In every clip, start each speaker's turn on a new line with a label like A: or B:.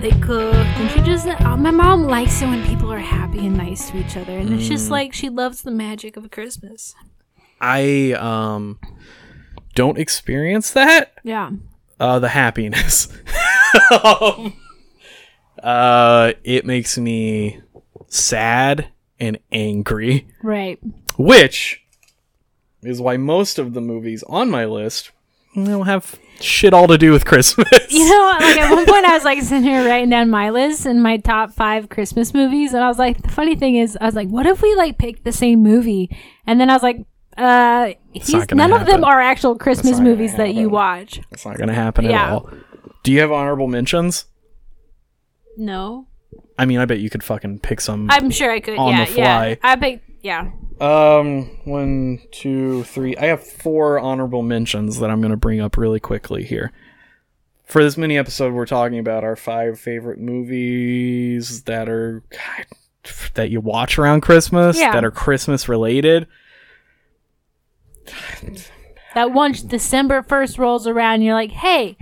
A: they cook, and she just. uh, My mom likes it when people are happy and nice to each other, and it's
B: Mm.
A: just like she loves the magic of Christmas.
B: I um don't experience that.
A: Yeah,
B: uh, the happiness. um, uh, it makes me sad and angry,
A: right.
B: which is why most of the movies on my list don't have shit all to do with Christmas.
A: You know, like at one point I was like sitting here writing down my list and my top five Christmas movies, and I was like, the funny thing is, I was like, what if we like picked the same movie? And then I was like, uh,
B: not
A: he's,
B: gonna
A: none of them
B: happen.
A: are actual Christmas
B: not gonna
A: movies that you
B: happen.
A: watch.
B: it's not gonna happen at
A: Yeah.
B: all. Do you have honorable mentions?
A: No,
B: I mean, I bet you could fucking pick some.
A: I'm sure I could.
B: On
A: yeah,
B: the
A: yeah.
B: fly.
A: I picked. Yeah.
B: um, one, two, three. I have four honorable mentions that I'm gonna bring up really quickly here. for this mini episode we're talking about our five favorite movies that are God, that you watch around christmas
A: Yeah.
B: that are christmas related
A: that once December 1st rolls around, you're like, hey,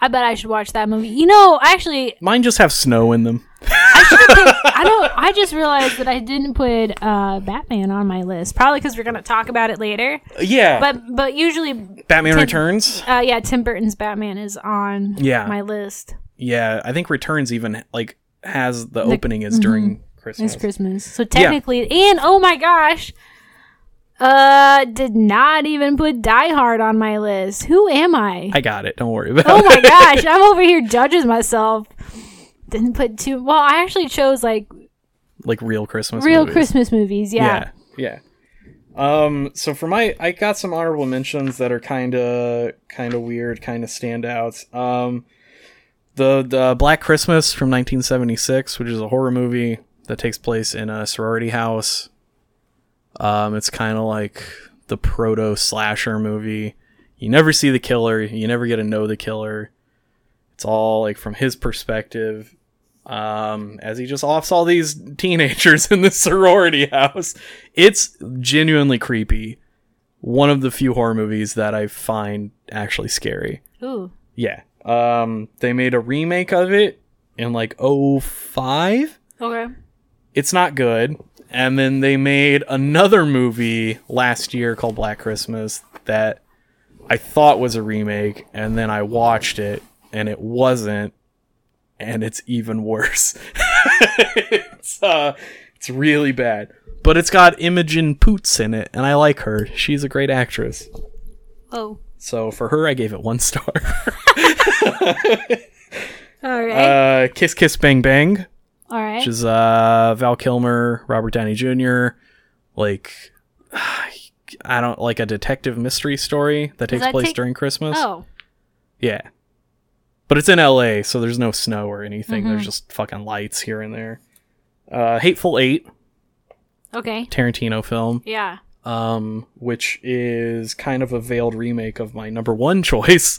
A: I bet I should watch that movie. You know, actually,
B: mine just have snow in them
A: I don't. I just realized that I didn't put uh, Batman on my list, probably because we're gonna talk about it later.
B: yeah
A: But but usually,
B: batman
A: Tim-
B: returns
A: uh, yeah, Tim Burton's Batman is on
B: Yeah.
A: my list.
B: yeah i think returns even like has the, opening is during christmas
A: Mm-hmm. It's Christmas, so technically, and oh my gosh, uh, did not even put Die Hard on my list. Who am I?
B: i got it don't worry about
A: Oh
B: it
A: my gosh, I'm over here judging myself. Didn't put two. Well, I actually chose like
B: like real christmas
A: real
B: movies.
A: Christmas movies. Yeah.
B: yeah yeah. um so for my i got some honorable mentions that are kind of kind of weird kind of standouts um the the black christmas from 1976 which is a horror movie that takes place in a sorority house um it's kind of like the proto slasher movie you never see the killer you never get to know the killer it's all like from his perspective um, as he just offs all these teenagers in the sorority house. It's genuinely creepy. One of the few horror movies that I find actually scary.
A: Ooh.
B: Yeah. Um, they made a remake of it in like 05.
A: Okay.
B: It's not good. And then they made another movie last year called Black Christmas that I thought was a remake. And then I watched it and it wasn't. And it's even worse. it's, uh, it's really bad. But it's got Imogen Poots in it. And I like her. She's a great actress.
A: Oh.
B: So for her, I gave it one star.
A: All right.
B: uh, Kiss Kiss Bang Bang.
A: All right.
B: which is uh Val Kilmer, Robert Downey Jr. Like I don't like a detective mystery story that takes
A: that
B: place
A: take-
B: during Christmas.
A: oh.
B: Yeah. But it's in LA, so there's no snow or anything.
A: Mm-hmm.
B: There's just fucking lights here and there. Uh Hateful 8,
A: Okay.
B: Tarantino film,
A: Yeah.
B: um which is kind of a veiled remake of my number 1 choice.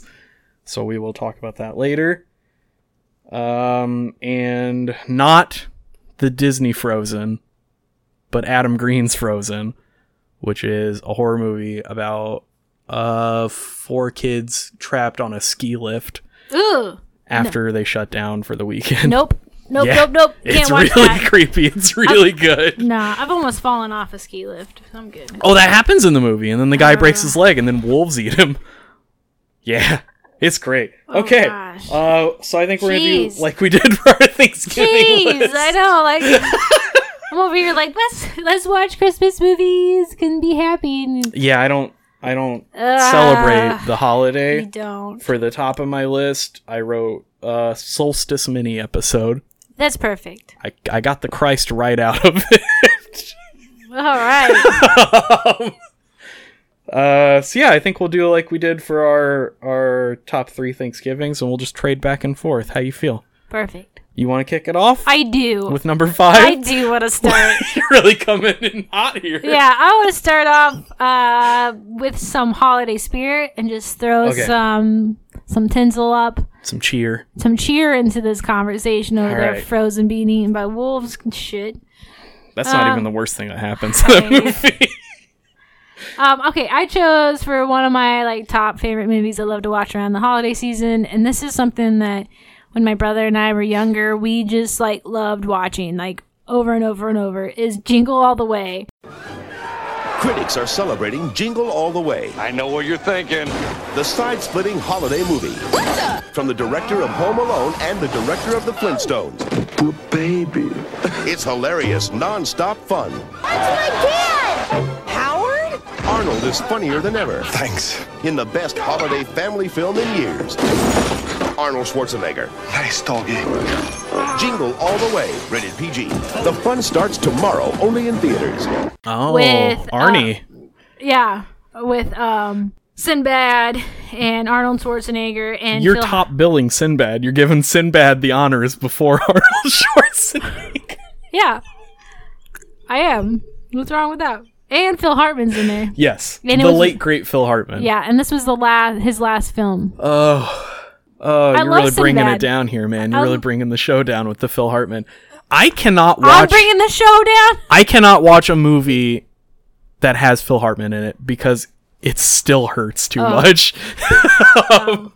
B: So we will talk about that later. Um and not the Disney Frozen, but Adam Green's Frozen, which is a horror movie about uh four kids trapped on a ski lift
A: Ooh.
B: after they shut down for the weekend.
A: Nope. Nope.
B: Yeah.
A: Nope. Nope. Can't
B: it's
A: watch
B: really
A: that.
B: creepy. It's really good.
A: Nah, I've almost fallen off a ski lift. I'm good.
B: Oh, that happens in the movie, and then the guy breaks
A: Ah.
B: his leg, and then wolves eat him. Yeah, it's great. okay,
A: Oh gosh.
B: uh, so I think we're gonna do
A: Jeez.
B: like we did for our Thanksgiving.
A: Jeez,
B: list.
A: I know. Like, I'm over here like let's let's watch Christmas movies. Can be happy. And
B: Yeah, I don't. I don't
A: Ah.
B: celebrate the holiday.
A: we don't.
B: for the top of my list, I wrote uh, solstice mini episode.
A: That's perfect.
B: I, I got the Christ right out of it.
A: All right.
B: uh, so yeah, I think we'll do like we did for our our top three Thanksgivings, and we'll just trade back and forth. How you feel?
A: perfect.
B: You want to kick it off
A: I do.
B: with number
A: I
B: five?
A: do want to start.
B: You're really coming in hot here.
A: yeah, I want to start off uh, with some holiday spirit and just throw
B: Okay.
A: some some tinsel up,
B: Some cheer.
A: some cheer into this conversation over
B: All
A: there,
B: right.
A: frozen being eaten by wolves and shit.
B: That's not even the worst thing that happens in that
A: Um, I-
B: movie.
A: Um, okay, I chose for one of my like top favorite movies I love to watch around the holiday season, and this is something that when my brother and I were younger, we just like loved watching like over and over and over is Jingle All the Way.
C: Critics are celebrating Jingle All the Way,
D: I know what you're thinking.
C: the side-splitting holiday movie. From the director of Home Alone and the director of The Flintstones.
E: baby.
C: It's hilarious, non-stop fun.
F: That's my dad! Howard?
C: Arnold is funnier than ever
E: Thanks.
C: in the best holiday family film in years. Arnold Schwarzenegger,
E: Nice doggy.
C: Jingle All the Way, rated PG. The fun starts tomorrow, only in theaters.
B: Oh,
A: With, uh,
B: Arnie.
A: Yeah, with um Sinbad and Arnold Schwarzenegger and
B: You're
A: Phil-
B: top billing Sinbad. You're giving Sinbad the honors before Arnold Schwarzenegger.
A: Yeah, I am. What's wrong with that? And Phil Hartman's in there.
B: Yes,
A: And it
B: the
A: was-
B: late great Phil Hartman.
A: Yeah, and this was the last his last film.
B: Oh, oh, you're
A: love
B: really bringing
A: Sinbad.
B: it down here, man. You're really
A: I'm-
B: bringing the show down with the Phil Hartman. I cannot
A: I'm
B: watch.
A: bringing the show down.
B: I cannot watch a movie that has Phil Hartman in it because it still hurts
A: Oh.
B: too much.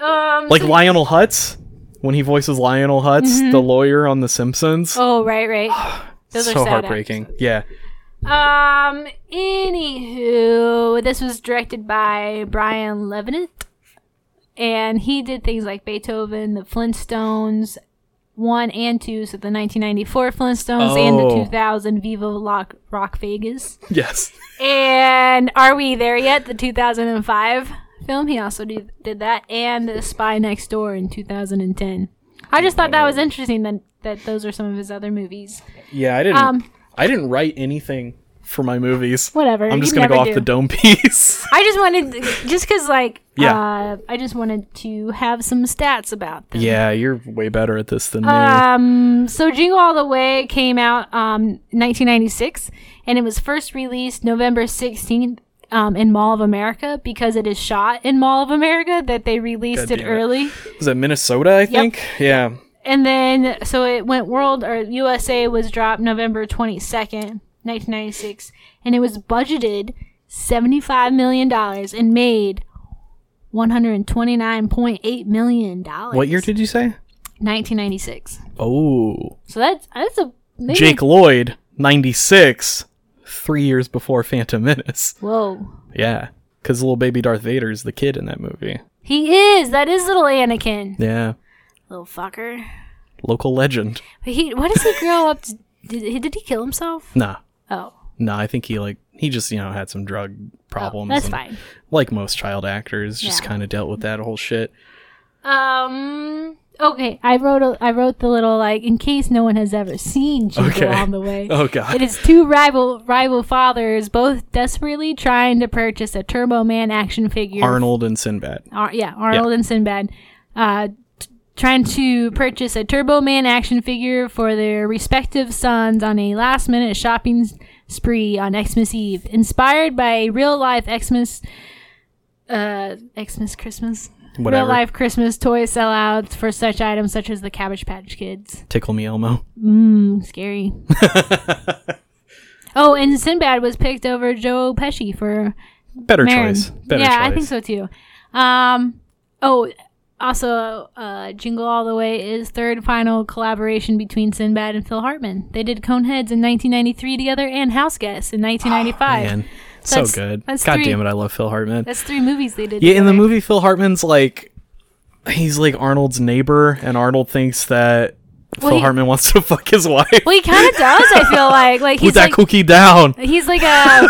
A: Um,
B: Like Lionel Hutz when he voices Lionel Hutz, the lawyer on The Simpsons.
A: Mm-hmm. oh right, right. Those are
B: so
A: sad
B: heartbreaking. Yeah.
A: Um. Anywho, this was directed by Brian Levinant, and he did things like Beethoven, The Flintstones, one and two, so the 1994 Flintstones and
B: Oh.
A: the 2000 Viva Rock, Rock Vegas,
B: Yes.
A: and Are We There Yet? The 2005 film. He also did, did that, and The Spy Next Door in 2010. I just thought that was interesting that that those are some of his other movies.
B: Yeah, I didn't.
A: Um,
B: I didn't write anything for my movies.
A: Whatever,
B: I'm just
A: you
B: gonna go
A: never
B: off
A: do.
B: the dome piece.
A: I just wanted, just because, like, uh,
B: Yeah.
A: I just wanted to have some stats about them.
B: yeah, you're way better at this than me.
A: Um, so Jingle All the Way came out um 1996, and it was first released November 16th um, in Mall of America because it is shot in Mall of America that they released
B: God
A: it
B: damn it.
A: early.
B: Was that Minnesota? I think. Yeah.
A: And then, so it went world or USA was dropped November 22nd, 1996, and it was budgeted $75 million and made $129.8 million.
B: What year did you say?
A: 1996.
B: Oh,
A: So that's, that's a. Maybe,
B: Jake Lloyd, '96, three years before Phantom Menace.
A: Whoa.
B: Yeah, because little baby Darth Vader is the kid in that movie.
A: He is. That is little Anakin.
B: Yeah,
A: Little fucker.
B: local legend.
A: But he, what does he grow up to? Did, he- did he kill himself?
B: Nah,
A: Oh,
B: nah. I think he like he just you know had some drug problems.
A: that's
B: and,
A: fine.
B: Like most child actors, just
A: Yeah.
B: kind of dealt with that whole shit.
A: Um. Okay, I wrote a, I wrote the little like in case no one has ever seen Jingle
B: Okay.
A: on the way.
B: Oh, God.
A: It is two rival rival fathers both desperately trying to purchase a Turbo Man action figure.
B: Arnold and Sinbad.
A: Ar- yeah, Arnold and Sinbad, uh, t- trying to purchase a Turbo Man action figure for their respective sons on a last minute shopping s- spree on Xmas Eve, inspired by a real life Xmas, uh, Xmas Christmas.
B: Whatever.
A: Real life Christmas toy sellouts for such items such as the Cabbage Patch Kids. Hmm,
B: Tickle Me Elmo.
A: Scary. oh, and Sinbad was picked over Joe Pesci for
B: Better
A: Marin.
B: choice. Better
A: yeah,
B: choice.
A: I think so too. Um, oh, also, uh, Jingle All the Way is third final collaboration between Sinbad and Phil Hartman. They did Coneheads in 1993 together and House Guests in 1995.
B: Ah, Man, so
A: That's-
B: good.
A: that's
B: God
A: three.
B: damn it, I love Phil Hartman.
A: That's three movies they did.
B: yeah, in the
A: together.
B: movie, Phil Hartman's like he's like Arnold's neighbor, and Arnold thinks that
A: Well,
B: Phil
A: he-
B: Hartman wants to fuck his wife.
A: Well, he kind of does. I feel like like
B: Put
A: he's
B: that
A: like
B: cookie down.
A: he's like a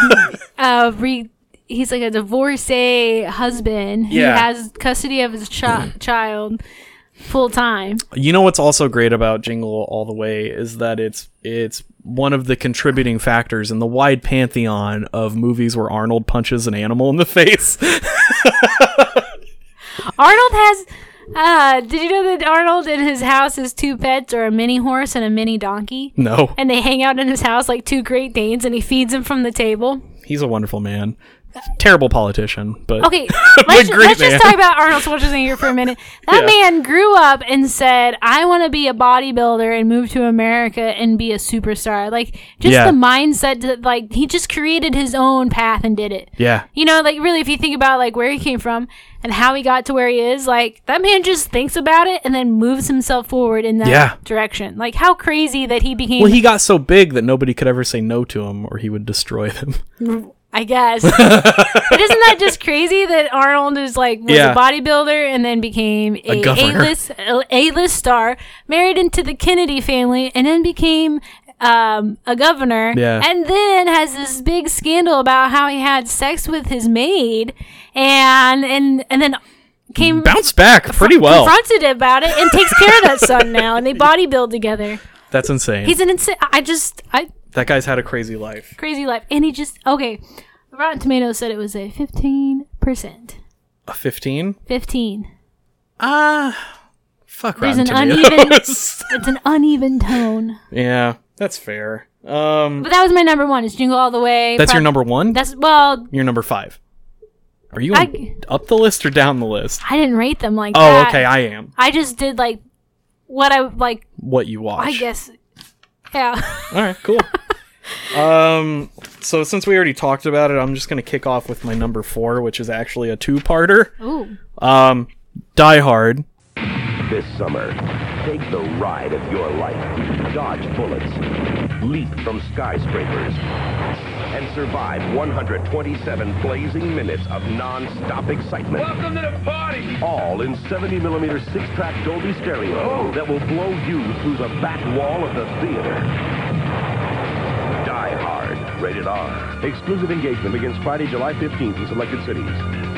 A: a re. He's like a divorcee husband.
B: Yeah.
A: He has custody of his chi- child full time.
B: You know what's also great about Jingle All the Way is that it's it's one of the contributing factors in the wide pantheon of movies where Arnold punches an animal in the face.
A: Arnold has. Uh, did you know that Arnold in his house has two pets, or a mini horse and a mini donkey?
B: no,
A: And they hang out in his house like two Great Danes, and he feeds them from the table.
B: he's a wonderful man. terrible politician, but
A: Okay,
B: But
A: let's, ju-
B: great
A: let's
B: man.
A: just talk about Arnold Schwarzenegger for a minute. That
B: Yeah.
A: man grew up and said, "I want to be a bodybuilder and move to America and be a superstar." Like just
B: Yeah.
A: the mindset that like he just created his own path and did it.
B: Yeah.
A: You know, like really if you think about like where he came from and how he got to where he is, like that man just thinks about it and then moves himself forward in that
B: Yeah.
A: direction. Like how crazy that he became
B: Well, he got so big that nobody could ever say no to him, or he would destroy them.
A: I guess. but isn't that just crazy that Arnold is like was
B: Yeah.
A: a bodybuilder and then became a
B: governor.
A: A-list A-list star, married into the Kennedy family, and then became um, a governor,
B: Yeah.
A: and then has this big scandal about how he had sex with his maid, and and and then came
B: Bounced back pretty well.
A: confronted about it, and takes care of that son now, and they bodybuild together.
B: That's insane.
A: He's an insane. I just I
B: that guy's had a crazy life.
A: crazy life. And he just okay. Rotten Tomatoes said it was a fifteen percent.
B: A fifteen?
A: Fifteen.
B: Ah, fuck.
A: There's an
B: Rotten Tomatoes.
A: It's an uneven tone.
B: yeah, that's fair. Um,
A: But that was my number one. It's Jingle All the Way.
B: that's
A: Pro-
B: your number one.
A: That's well,
B: your number five. Are you
A: I-
B: up the list or down the list?
A: I didn't rate them like
B: Oh,
A: that.
B: okay, I am.
A: I just did like what I like.
B: What you watch?
A: I guess. Yeah.
B: All right, cool. um, so since we already talked about it, I'm just gonna kick off with my number four, which is actually a two-parter.
A: Ooh.
B: Um, Die Hard.
C: This summer, take the ride of your life. Dodge bullets, leap from skyscrapers, and survive 127 blazing minutes of non-stop excitement. Welcome to the party! All in 70 millimeter six-track Dolby stereo that will blow you through the back wall of the theater. Die Hard, rated R. Exclusive engagement begins Friday, July 15th in selected cities.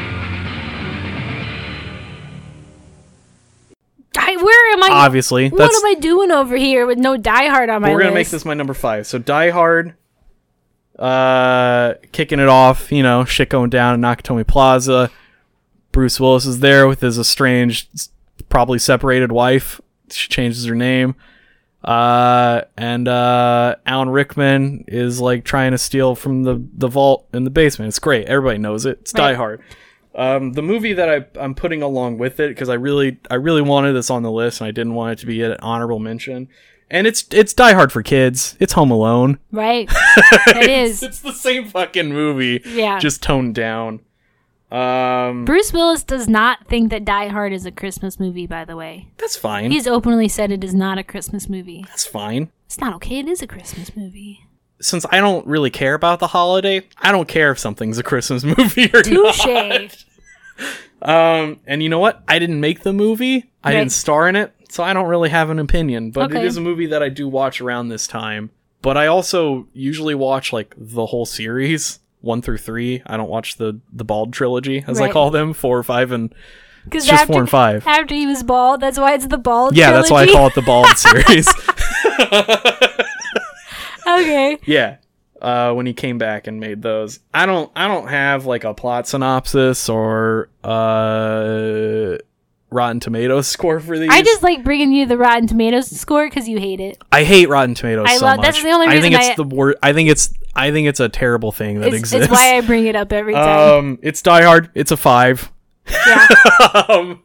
A: I, where am I?
B: Obviously,
A: What
B: that's-
A: am I doing over here with no Die Hard on my
B: We're
A: list?
B: gonna make this my number five. So Die Hard. Uh, kicking it off. You know, shit going down in Nakatomi Plaza. Bruce Willis is there with his estranged, s- probably separated wife. She changes her name. Uh, and uh, Alan Rickman is like trying to steal from the the vault in the basement. It's great. Everybody knows it. It's Die
A: Right.
B: Hard. Um, the movie that I, I'm putting along with it because I really I really wanted this on the list and I didn't want it to be an honorable mention. And it's it's Die Hard for kids. It's Home Alone.
A: right. That is.
B: It's the same fucking movie.
A: Yeah.
B: Just toned down. Um,
A: Bruce Willis does not think that Die Hard is a Christmas movie. By the way,
B: that's fine.
A: he's openly said it is not a Christmas movie.
B: that's fine.
A: It's not okay. It is a Christmas movie.
B: Since I don't really care about the holiday, I don't care if something's a Christmas movie or not.
A: Touche.
B: Um, and you know what? I didn't make the movie. I
A: Right.
B: didn't star in it, so I don't really have an opinion. But
A: Okay.
B: it is a movie that I do watch around this time. But I also usually watch like the whole series, one through three. I don't watch the the bald trilogy, as I
A: Right.
B: call them, four or five, and
A: Because
B: just four and five.
A: After he was bald, that's why it's the bald.
B: yeah, that's why I call it the bald series.
A: it. okay.
B: Yeah. Uh, when he came back and made those, I don't, I don't have like a plot synopsis or uh, Rotten Tomatoes score for these.
A: I just like bringing you the Rotten Tomatoes score because you hate it.
B: I hate Rotten Tomatoes
A: I
B: so
A: love-
B: much.
A: that's the only
B: I think
A: reason
B: it's
A: I-
B: the wor- I think it's I think it's a terrible thing that
A: It's,
B: exists.
A: it's why I bring it up every time.
B: um, it's Die Hard. It's a five.
A: yeah.
B: Um,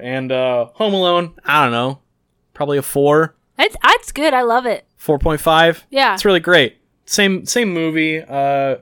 B: and uh, Home Alone. I don't know, probably a four,
A: That's that's ah, good. I love it.
B: four point five.
A: Yeah.
B: it's really great. Same same movie. Uh,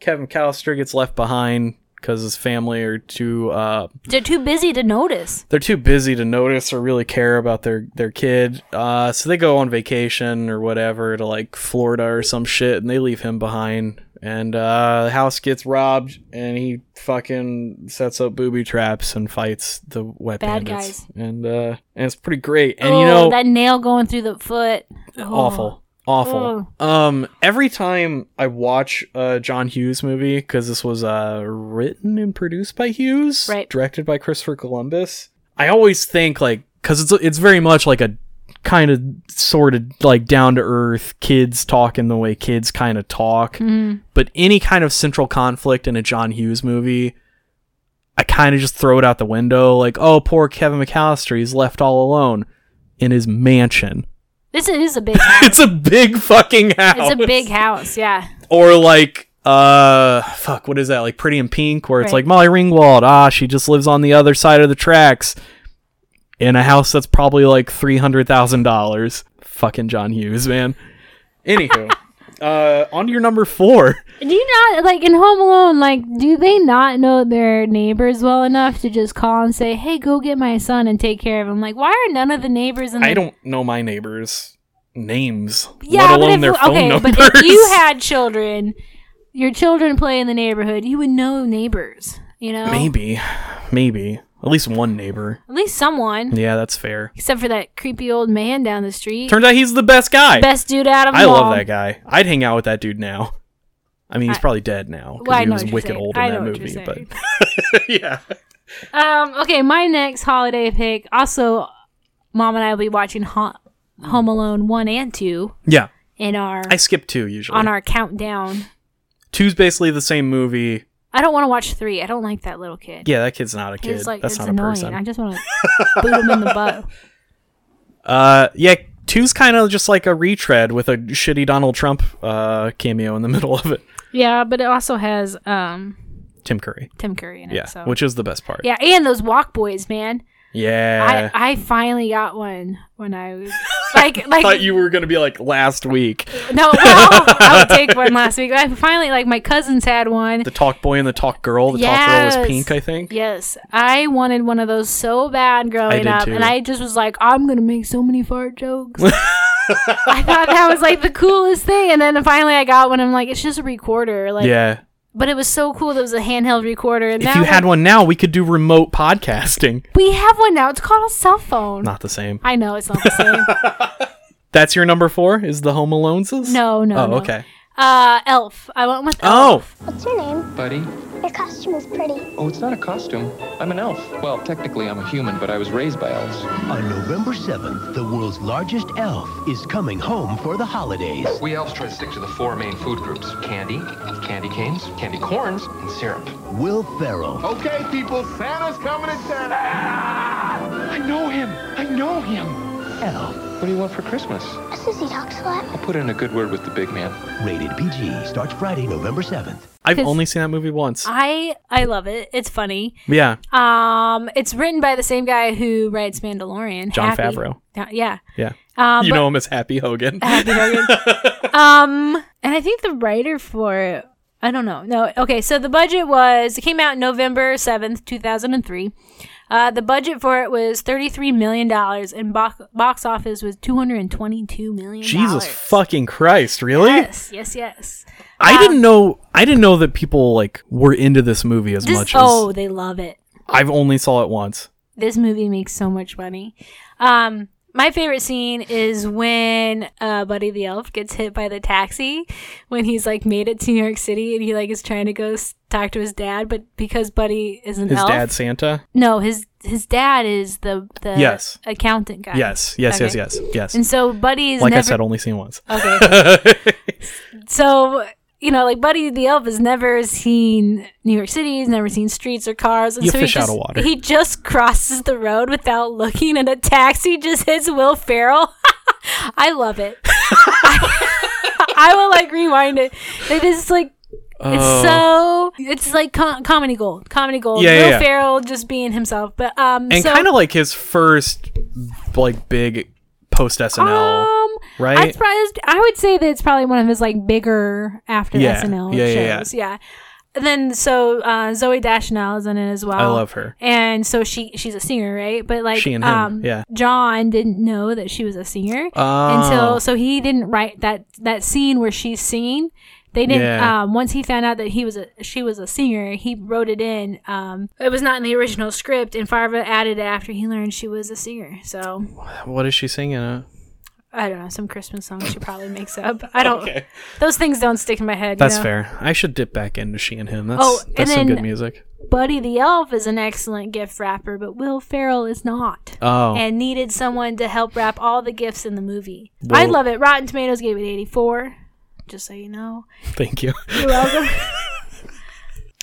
B: Kevin Callister gets left behind because his family are too uh,
A: They're too busy to notice.
B: they're too busy to notice or really care about their their kid. Uh, so they go on vacation or whatever to like Florida or some shit, and they leave him behind. And uh, the house gets robbed, and he fucking sets up booby traps and fights the wet
A: Bad
B: bandits.
A: guys.
B: And uh, and it's pretty great. And
A: oh,
B: you know,
A: that nail going through the foot. Oh.
B: awful awful um every time i watch a john hughes movie because this was uh written and produced by hughes
A: Right.
B: directed by christopher columbus i always think like because it's it's very much like a kind of sort of like down to earth kids talking the way kids kind of talk but any kind of central conflict in a john hughes movie I kind of just throw it out the window, like, oh, poor Kevin McAllister, he's left all alone in his mansion
A: This is a big. house.
B: it's a big fucking house.
A: It's a big house. Yeah.
B: Or like uh fuck what is that like pretty in pink where it's
A: Right.
B: like molly ringwald ah she just lives on the other side of the tracks in a house that's probably like $300000 fucking john hughes man anywho uh on to your number four
A: Do you not like in Home Alone? Like, do they not know their neighbors well enough to just call and say, "Hey, go get my son and take care of him"? Like, why are none of the neighbors in? The-
B: i don't know my neighbors names
A: Yeah,
B: let alone
A: but
B: their
A: if,
B: phone
A: okay,
B: numbers
A: but if you had children, your children play in the neighborhood, you would know neighbors. You know,
B: maybe maybe at least one neighbor
A: at least someone,
B: yeah that's fair
A: except for that creepy old man down the street,
B: turns out he's the best guy
A: best dude out of
B: I
A: them all.
B: love that guy. I'd hang out with that dude now. I mean, he's
A: I-
B: probably dead now because
A: Well, I
B: he
A: know
B: was
A: what you're
B: wicked
A: saying.
B: old
A: I
B: in
A: know
B: that
A: what you're
B: movie. But
A: saying.
B: yeah,
A: Um, okay, my next holiday pick. Also, mom and I will be watching ha- Home Alone one and two
B: yeah.
A: in our
B: I skip two usually.
A: on our countdown.
B: Two's basically the same movie.
A: I don't want to watch three. I don't like that little kid.
B: Yeah, that kid's not a kid.
A: He's like
B: That's
A: it's
B: not a
A: annoying.
B: person.
A: I just want to boot him in the butt.
B: Uh, yeah. Two's kind of just like a retread with a shitty Donald Trump uh, cameo in the middle of it.
A: Yeah, but it also has um
B: Tim Curry.
A: Tim Curry in it.
B: Yeah,
A: so.
B: which is the best part.
A: yeah, and those walk boys, man.
B: Yeah.
A: I, I finally got one when I was like
B: I
A: like
B: thought you were gonna be like last week.
A: no well, I would take one last week. I finally like my cousins had one.
B: The talk boy and the talk girl. The talk girl
A: Yes.
B: was pink, I think.
A: Yes, I wanted one of those so bad growing
B: did
A: up,
B: too.
A: and I just was like, I'm gonna make so many fart jokes. I thought that was like the coolest thing, and then finally I got one. I'm like, it's just a recorder, like,
B: yeah.
A: but it was so cool that it was a handheld recorder. And
B: If
A: now,
B: you had
A: like,
B: one now, we could do remote podcasting.
A: we have one now. It's called a cell phone.
B: Not the same.
A: I know it's not the same.
B: That's your number four? Is the Home Aloneses?
A: No, no.
B: Oh,
A: no.
B: okay.
A: Uh, Elf. I went with
B: Oh,
A: Elf.
D: What's your name?
G: Buddy?
D: Your costume is pretty.
G: Oh, it's not a costume. I'm an elf. Well, technically, I'm a human, but I was raised by elves.
H: On November 7th, the world's largest elf is coming home for the holidays.
G: We elves try to stick to the four main food groups candy, candy canes, candy corns, and syrup.
H: Will Ferrell,
I: Okay, people, Santa's coming to town. I know him. I know him.
H: Elf,
G: What do you want for Christmas?
D: A sissy talks a lot.
G: I'll put in a good word with the big man.
H: rated PG, starts Friday, November 7th.
B: I've
A: 'Cause-
B: only seen that movie once.
A: I I love it. It's funny.
B: yeah.
A: Um, it's written by the same guy who writes Mandalorian.
B: John
A: Happy.
B: Favreau.
A: Yeah, Yeah.
B: Yeah.
A: Um,
B: you
A: but-
B: know him as Happy Hogan.
A: Happy Hogan. um, and I think the writer for it, I don't know. No, okay. So the budget was it came out November seventh, two thousand and three. Uh, the budget for it was thirty three million dollars, and box box office was two hundred and twenty two million.
B: Jesus fucking Christ, really?
A: Yes, Um, yes, yes.
B: I didn't know I didn't know that people like were into this movie as
A: This,
B: much as
A: oh, they love it.
B: I've only saw it once.
A: this movie makes so much money. Um, my favorite scene is when uh, Buddy the Elf gets hit by the taxi when he's like made it to New York City and he like is trying to go s- talk to his dad, but because Buddy is an
B: His
A: elf,
B: dad Santa?
A: no, his his dad is the the
B: Yes.
A: accountant guy.
B: Yes. Yes, yes,
A: Okay.
B: yes, yes.
A: And so Buddy is
B: like
A: never Uh,
B: I said, only seen once.
A: Okay. so you know, like Buddy the Elf has never seen New York City. He's never seen streets or cars. And
B: You
A: so
B: fish
A: he
B: out
A: just,
B: of water.
A: He just crosses the road without looking, and a taxi just hits Will Ferrell. I love it. I will like rewind it. Like, this is like. It's so it's like com- comedy gold, comedy gold.
B: Oh. Yeah, yeah,
A: Will
B: yeah.
A: Ferrell just being himself, but um,
B: And
A: so,
B: kind of like his first like big post SNL.
A: um,
B: right?
A: I'd probably, I would say that it's probably one of his like bigger after
B: Yeah.
A: SNL
B: Yeah, yeah,
A: shows. Yeah. And then so uh, Zoe Dashnell is in it as well.
B: I love her.
A: And so she she's a singer, right? But like
B: She and him,
A: um
B: yeah.
A: John didn't know that she was a singer
B: Oh.
A: until so he didn't write that that scene where she's singing. They didn't
B: Yeah.
A: um once he found out that he was a she was a singer, he wrote it in. Um it was not in the original script and Farva added it after he learned she was a singer. So
B: What is she singing? Uh,
A: I don't know, some Christmas song she probably makes up. I don't. Those things don't stick in my head. you
B: That's
A: know?
B: fair. I should dip back into she and him. That's,
A: Oh, and
B: that's some
A: then-
B: good music.
A: Buddy the Elf is an excellent gift wrapper, but Will Ferrell is not.
B: Oh,
A: And needed someone to help wrap all the gifts in the movie. I
B: Well-
A: love it. Rotten Tomatoes gave it 84, just so you know.
B: thank you.
A: You're welcome.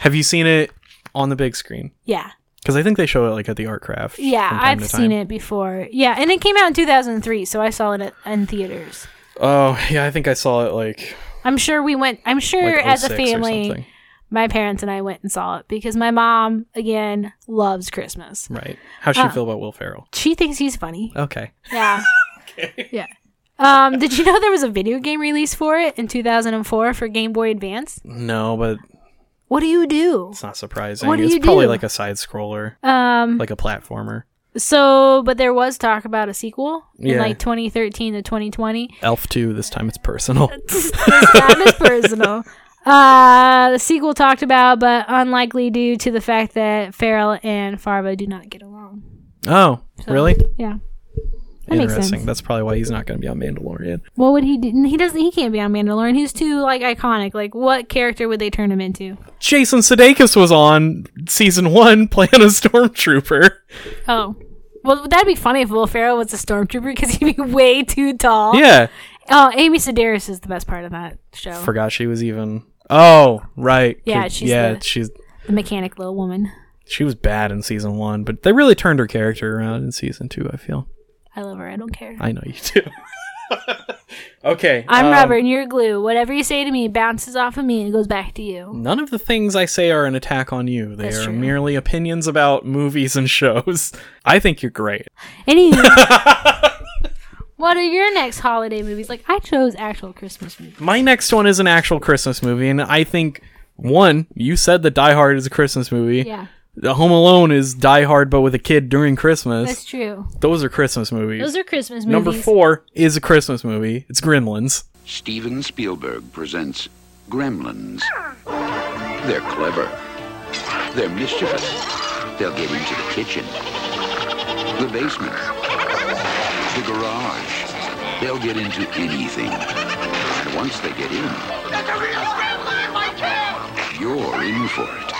B: Have you seen it on the big screen?
A: yeah.
B: Because I think they show it like at the art craft.
A: Yeah,
B: from time
A: I've
B: to
A: seen
B: time.
A: it before. Yeah, and it came out in 2003, so I saw it at, in theaters.
B: Oh yeah, I think I saw it like
A: I'm sure we went. I'm sure
B: like
A: as a
B: 06 or
A: family,
B: something.
A: my parents and I went and saw it because my mom again loves Christmas.
B: Right. How'd she
A: Uh,
B: feel about Will Ferrell?
A: She thinks he's funny.
B: Okay.
A: Yeah. Yeah. Um, did you know there was a video game release for it in 2004 for Game Boy Advance?
B: No, but
A: What do you do?
B: it's not surprising.
A: What do
B: it's
A: you
B: probably
A: do?
B: like a side scroller,
A: Um,
B: like a platformer.
A: so, but there was talk about a sequel in
B: Yeah.
A: like 2013 to 2020.
B: Elf 2, this time it's personal.
A: this time is personal. Uh, the sequel talked about, but unlikely due to the fact that Farrell and Farva do not get along.
B: Oh, really?
A: Yeah, that makes
B: Interesting.
A: sense.
B: That's probably why he's not going to be on Mandalorian.
A: What would he do? He doesn't. He can't be on Mandalorian. He's too like iconic. Like, what character would they turn him into?
B: Jason Sudeikis was on season one playing a stormtrooper.
A: Oh, well, that'd be funny if Will Ferrell was a stormtrooper because he'd be way too tall.
B: Yeah.
A: Oh, Amy Sedaris is the best part of that show.
B: Forgot she was even. Oh, right.
A: Yeah,
B: Could-
A: she's
B: yeah,
A: the-
B: she's
A: the mechanic little woman.
B: she was bad in season one, but they really turned her character around in season two. I feel.
A: I love her. I don't care.
B: I know you do. okay.
A: I'm
B: um,
A: rubber and you're glue. Whatever you say to me bounces off of me and goes back to you.
B: None of the things I say are an attack on you. They
A: That's
B: are
A: true.
B: merely opinions about movies and shows. I think you're great.
A: Anywho. what are your next holiday movies? Like, I chose actual Christmas movies.
B: My next one is an actual Christmas movie, and I think one, you said that Die Hard is a Christmas movie.
A: Yeah,
B: The Home Alone is Die Hard but with a kid during Christmas.
A: that's true.
B: Those are Christmas movies.
A: Those are Christmas movies.
B: Number four is a Christmas movie. It's Gremlins.
E: Steven Spielberg presents Gremlins. They're clever. They're mischievous. They'll get into the kitchen, the basement, the garage. They'll get into anything. And once they get in, you're in for it.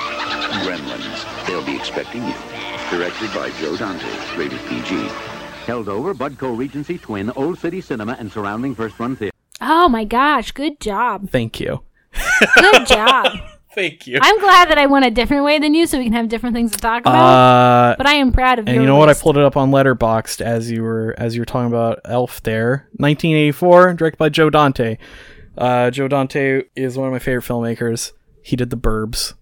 E: Gremlins. They'll be expecting you. Directed by Joe Dante, rated PG.
H: Held over Budco Regency Twin, Old City Cinema, and surrounding First Run Theater.
A: Oh my gosh, good job.
B: Thank you.
A: Good job.
B: Thank you.
A: I'm glad that I went a different way than you so we can have different things to talk about.
B: Uh,
A: but I am proud of
B: and
A: your
B: you know what? I
A: list.
B: pulled it up on Letterboxd as you were as you were talking about Elf. There, 1984, directed by Joe Dante. Uh, Joe Dante is one of my favorite filmmakers. He did The Burbs.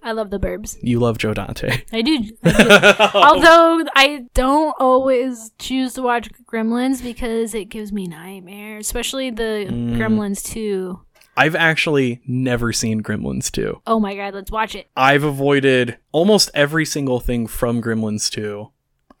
A: I love the burbs.
B: You love Joe Dante.
A: I do. I do. Although I don't always choose to watch Gremlins because it gives me nightmares, especially the
B: Mm.
A: Gremlins 2.
B: I've actually never seen Gremlins 2.
A: Oh my god, let's watch it.
B: I've avoided almost every single thing from Gremlins 2.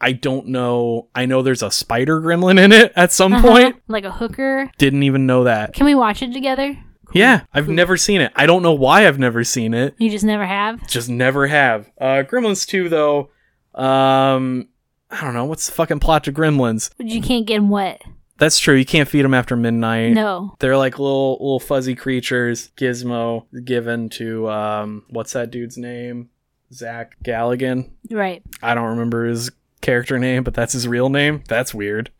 B: I don't know. I know there's a spider gremlin in it at some
A: Uh-huh.
B: point.
A: Like a hooker.
B: Didn't even know that.
A: Can we watch it together?
B: Yeah, I've never seen it. I don't know why I've never seen it.
A: You just never have.
B: Just never have. Uh, Gremlins 2, though, um, I don't know. What's the fucking plot to Gremlins?
A: But You can't get 'em wet.
B: That's true. You can't feed them after midnight.
A: No.
B: They're like little little fuzzy creatures. Gizmo given to um what's that dude's name? Zach Galligan.
A: Right.
B: I don't remember his character name, but that's his real name. That's weird.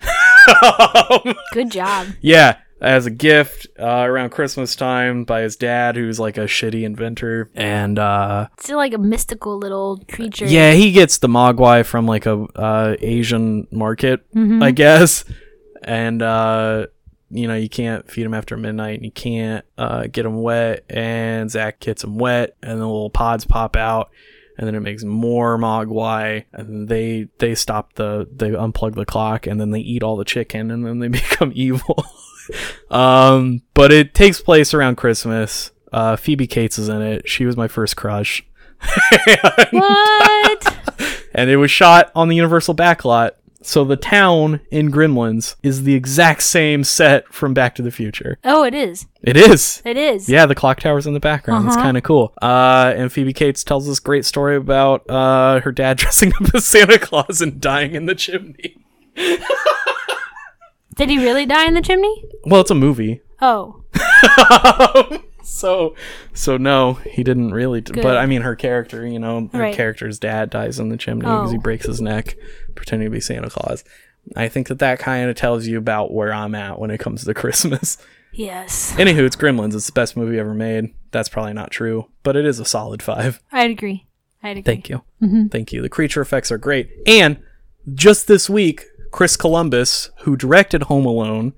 A: Good job.
B: yeah, as a gift uh, around Christmas time by his dad, who's like a shitty inventor. And uh,
A: Still like a mystical little creature.
B: yeah, he gets the Mogwai from like a uh, Asian market, I guess. And uh, you know, you can't feed him after midnight, and you can't uh, get him wet. And Zach gets him wet, and the little pods pop out. And then it makes more mogwai, and then they they stop the they unplug the clock, and then they eat all the chicken, and then they become evil. um, but it takes place around Christmas. Uh, Phoebe Cates is in it. She was my first crush.
A: What?
B: and it was shot on the Universal backlot. So the town in Gremlins is the exact same set from Back to the Future.
A: oh, it is.
B: It is.
A: It is.
B: Yeah, the clock tower's in the background. It's kind of cool. Uh, and Phoebe Cates tells this great story about uh, her dad dressing up as Santa Claus and dying in the chimney.
A: Did he really die in the chimney?
B: Well, it's a movie,
A: Oh.
B: so so no, he didn't really. d- But I mean, her character, you know, her
A: Right.
B: character's dad dies in the chimney because he
A: Oh.
B: breaks his neck pretending to be Santa Claus. I think that that kind of tells you about where I'm at when it comes to Christmas.
A: Yes.
B: Anywho, it's Gremlins. It's the best movie ever made. That's probably not true, but it is a solid five.
A: I'd agree. I'd agree.
B: Thank you.
A: Mm-hmm.
B: Thank you. The creature effects are great. And just this week, Chris Columbus, who directed Home Alone,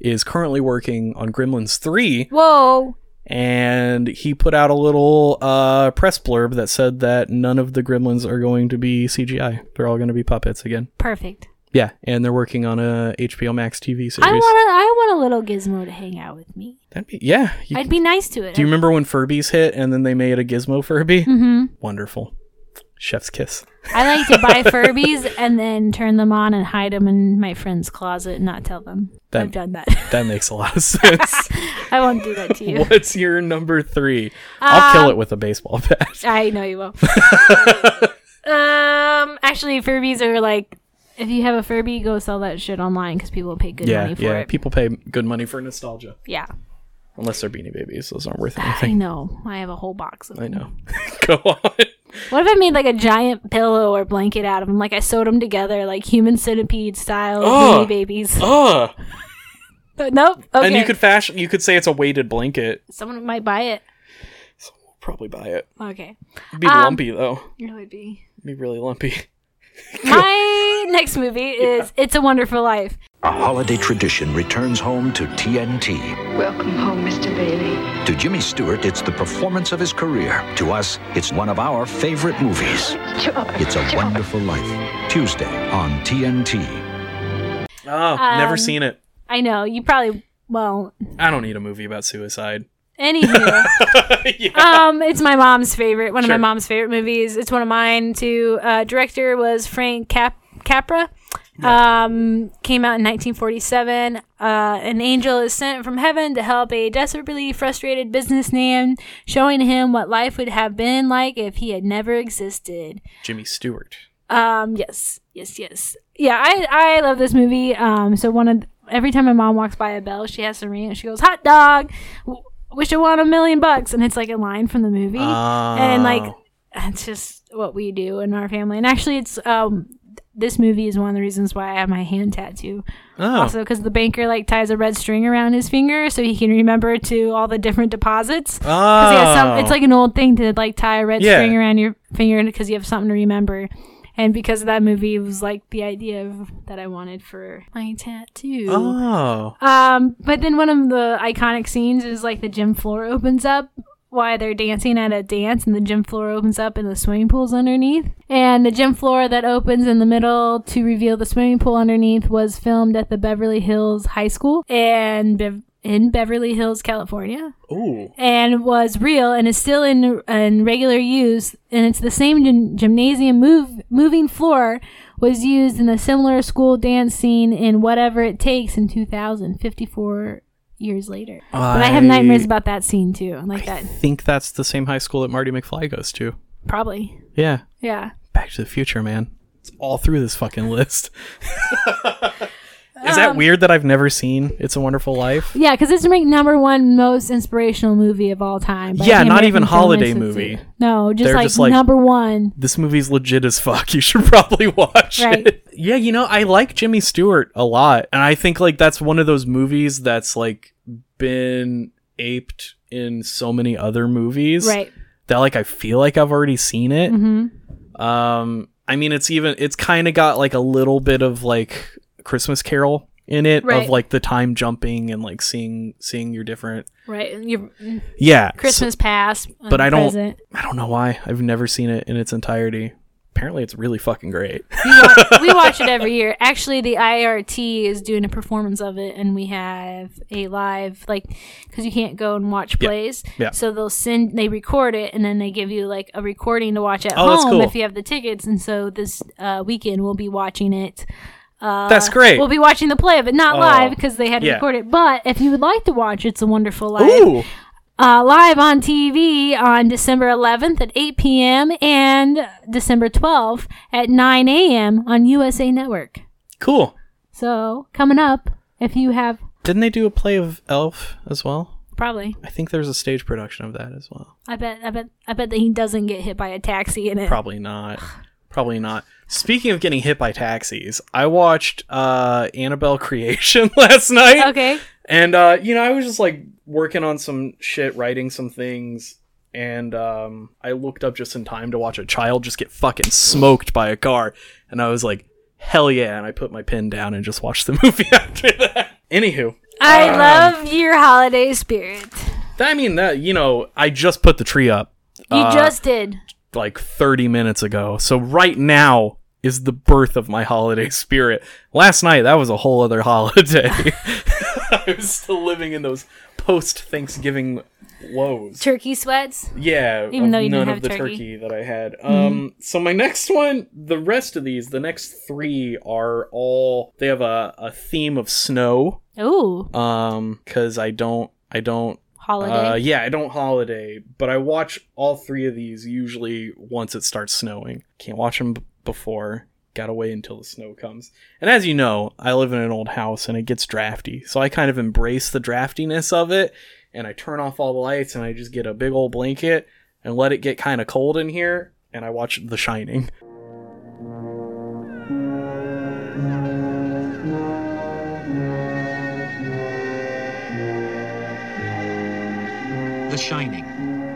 B: is currently working on Gremlins 3
A: Whoa.
B: and he put out a little uh, press blurb that said that none of the gremlins are going to be CGI. They're all going to be puppets again.
A: Perfect.
B: Yeah, and they're working on a HBO Max TV series.
A: I want a, I want a little gizmo to hang out with me.
B: That'd be, yeah. you-
A: I'd be nice to it.
B: do you remember when Furbies hit and then they made a Gizmo Furby?
A: hmm
B: Wonderful. Chef's kiss.
A: I like to buy Furbies and then turn them on and hide them in my friend's closet and not tell them.
B: That-
A: I've done that.
B: That makes a lot of sense.
A: I won't do that to you.
B: What's your number three? I'll kill it with a baseball bat.
A: Uh, I know you will. um, actually, Furbies are like if you have a Furby, go sell that shit online because people pay good
B: Yeah,
A: money for
B: yeah.
A: it.
B: People pay good money for nostalgia.
A: yeah,
B: Unless they're beanie babies. Those aren't worth
A: I
B: anything.
A: know. I have a whole box of.
B: I
A: Them.
B: know. Go on.
A: What if I made like a giant pillow or blanket out of them? Like I sewed them together, like human centipede style
B: Oh.
A: mini babies.
B: Ugh.
A: nope. Okay.
B: And you could fashion. You could say it's a weighted blanket.
A: Someone might buy it.
B: Probably buy it.
A: Okay.
B: It'd be
A: Um,
B: lumpy though.
A: It would be.
B: It'd be really lumpy.
A: My next movie is It's a Wonderful Life.
J: A holiday tradition returns home to TNT.
K: Welcome home, Mr. Bailey.
J: To Jimmy Stewart, it's the performance of his career. To us, it's one of our favorite movies. It's a Wonderful Life. Tuesday on TNT.
B: Oh, never
A: Um,
B: seen it.
A: I know you probably won't.
B: I don't need a movie about suicide.
A: Anywho.
B: yeah.
A: um, it's my mom's favorite. One
B: Sure.
A: of my mom's favorite movies. It's one of mine too. Uh, director was Frank Cap- Capra. Um, came out in 1947. Uh, an angel is sent from heaven to help a desperately frustrated businessman, showing him what life would have been like if he had never existed.
B: Jimmy Stewart.
A: Um, yes, yes, yes. Yeah, I I love this movie. Um, so one of every time my mom walks by a bell, she has to ring it. She goes, "Hot dog, W- wish I won a million bucks," and it's like a line from the movie, and like
B: Oh.
A: it's just what we do in our family. And actually, it's um. This movie is one of the reasons why I have my hand tattoo.
B: Oh.
A: Also, because the banker like ties a red string around his finger so he can remember to all the different deposits. 'Cause he has some,
B: Oh.
A: it's like an old thing to like tie a red
B: Yeah.
A: string around your finger because you have something to remember. And because of that movie, it was like the idea of, that I wanted for my tattoo.
B: Oh.
A: Um, but then one of the iconic scenes is like the gym floor opens up while they're dancing at a dance, and the gym floor opens up and the swimming pool's underneath. And the gym floor that opens in the middle to reveal the swimming pool underneath was filmed at the Beverly Hills High School and Bev- in Beverly Hills, California
B: Ooh.
A: and was real and is still in in regular use and it's the same gym, gymnasium move moving floor was used in a similar school dance scene in whatever it takes in 2054 years later but i have
B: I-
A: nightmares about that scene too like that
B: Think that's the same high school that Marty McFly goes to.
A: probably
B: Yeah.
A: yeah
B: Back to the Future, man. It's all through this fucking list. Is
A: Um,
B: that weird that I've never seen It's a Wonderful Life?
A: yeah because it's ranked number one most inspirational movie of all time by
B: Yeah,
A: the
B: not
A: American
B: even
A: Film
B: holiday
A: Institute.
B: movie.
A: no just
B: They're
A: like,
B: just like-
A: number one
B: This movie's legit as fuck. You should probably watch
A: Right.
B: it. Yeah, you know, I like Jimmy Stewart a lot. And I think like that's one of those movies that's like been aped in so many other movies.
A: right
B: That like I feel like I've already seen it.
A: hmm
B: Um, I mean, it's even it's kind of got like a little bit of like Christmas Carol in it
A: Right.
B: of like the time jumping and like seeing seeing your different
A: right and your
B: yeah so-
A: christmas past
B: but I don't
A: present.
B: I don't know why I've never seen it in its entirety. Apparently, it's really fucking great.
A: we watch, we watch it every year. Actually, the IRT is doing a performance of it, and we have a live like because you can't go and watch
B: Yeah.
A: plays.
B: Yeah.
A: So they'll send they record it, and then they give you like a recording to watch at
B: Oh,
A: home
B: that's cool.
A: if you have the tickets. And so this uh, weekend we'll be watching it. Uh,
B: That's great.
A: We'll be watching the play of it, not
B: Oh.
A: live because they had to
B: Yeah.
A: record it. But if you would like to watch It's a Wonderful Life,
B: Ooh,
A: uh, live on TV on December 11th at 8 p.m. and December 12th at 9 a.m. on USA Network.
B: cool.
A: So, coming up, if you have
B: Didn't they do a play of Elf as well?
A: probably,
B: I think there's a stage production of that as well.
A: I bet, I bet, I bet that he doesn't get hit by a taxi in it.
B: Probably not. Probably not. Speaking of getting hit by taxis, I watched uh, Annabelle Creation last night.
A: Okay.
B: And uh, you know, I was just like working on some shit, writing some things, and um, I looked up just in time to watch a child just get fucking smoked by a car, and I was like, hell yeah! And I put my pen down and just watched the movie after that. Anywho,
A: I love your holiday spirit.
B: I mean that you know, I just put the tree up.
A: You
B: uh,
A: just did.
B: like 30 minutes ago. So right now is the birth of my holiday spirit. Last night that was a whole other holiday. I was still living in those post Thanksgiving woes.
A: Turkey sweats.
B: Yeah,
A: Even
B: of
A: though you didn't
B: none
A: have
B: of the turkey.
A: turkey. Mm-hmm.
B: that I had. Um, so my next one, the rest of these, the next three are all they have a, a theme of snow.
A: Ooh.
B: Um, because I don't, I don't
A: Holiday?
B: Uh, yeah, I don't holiday, but I watch all three of these usually once it starts snowing. Can't watch them b- before. Gotta wait until the snow comes. And as you know, I live in an old house and it gets drafty, so I kind of embrace the draftiness of it. And I turn off all the lights and I just get a big old blanket and let it get kind of cold in here. And I watch The Shining.
L: The Shining,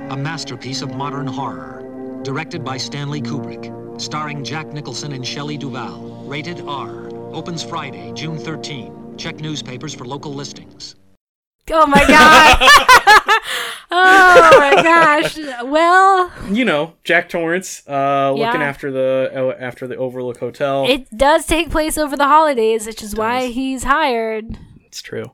L: a masterpiece of modern horror, directed by Stanley Kubrick, starring Jack Nicholson and Shelley Duvall. Rated R. Opens Friday, June 13. Check newspapers for local listings.
A: Oh my god. oh my gosh. Well,
B: You know, Jack Torrance uh, looking
A: Yeah.
B: after the oh, after the Overlook Hotel.
A: it does take place over the holidays, which is why he's hired.
B: it's true.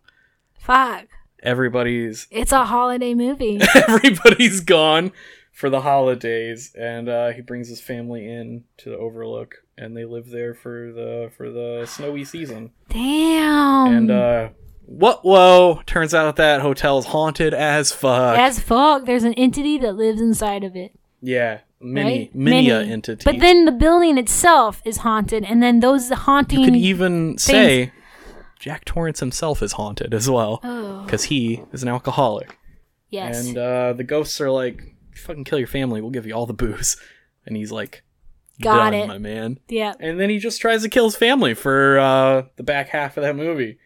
A: Fuck.
B: Everybody's
A: It's a holiday movie.
B: everybody's gone for the holidays and uh, he brings his family in to the overlook and they live there for the for the snowy season
A: Damn.
B: and uh what whoa turns out that hotel's haunted as fuck
A: As fuck, there's an entity that lives inside of it.
B: yeah uh, mini
A: right?
B: mini
A: Many.
B: entity
A: But then the building itself is haunted, and then those haunting.
B: you could even
A: things-
B: say jack torrance himself is haunted as well
A: Oh.
B: because he is an alcoholic
A: Yes.
B: and uh the ghosts are like fucking kill your family we'll give you all the booze and he's like
A: Got
B: "Done,
A: it.
B: my man
A: yeah.
B: And then he just tries to kill his family for uh, the back half of that movie.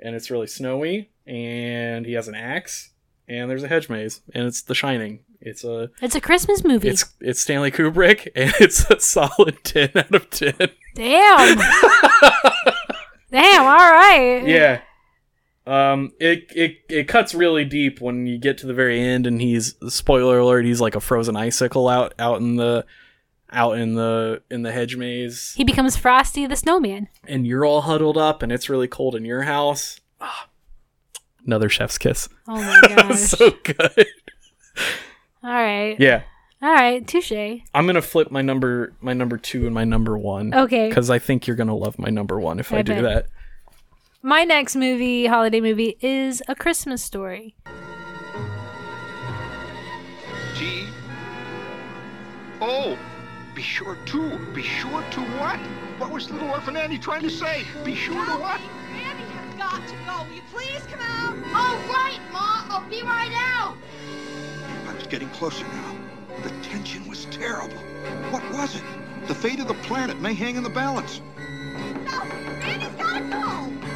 B: And it's really snowy, and he has an axe, and there's a hedge maze, and it's The Shining. It's a
A: It's a Christmas movie.
B: it's it's Stanley Kubrick, and it's a solid ten out of ten.
A: Damn. Damn. All right.
B: yeah. Um, it, it it cuts really deep when you get to the very end, and he's spoiler alert. He's like a frozen icicle out out in the out in the in the hedge maze.
A: He becomes Frosty the Snowman.
B: and you're all huddled up and it's really cold in your house. Ah, another chef's kiss.
A: Oh my gosh.
B: so good.
A: All right.
B: Yeah.
A: All right. Touche.
B: I'm gonna flip my number my number two and my number one.
A: Okay.
B: Because I think you're gonna love my number one if I,
A: I
B: do
A: bet.
B: that.
A: My next movie, holiday movie, is A Christmas Story.
I: G. Oh, be sure to. Be sure to what? What was little orphan Annie trying to say? Be sure to what?
F: Andy has got to go. Will you please come out?
D: All right, Ma, I'll be right out.
I: I was getting closer now. The tension was terrible. What was it? The fate of the planet may hang in the balance.
D: Andy's gotta go.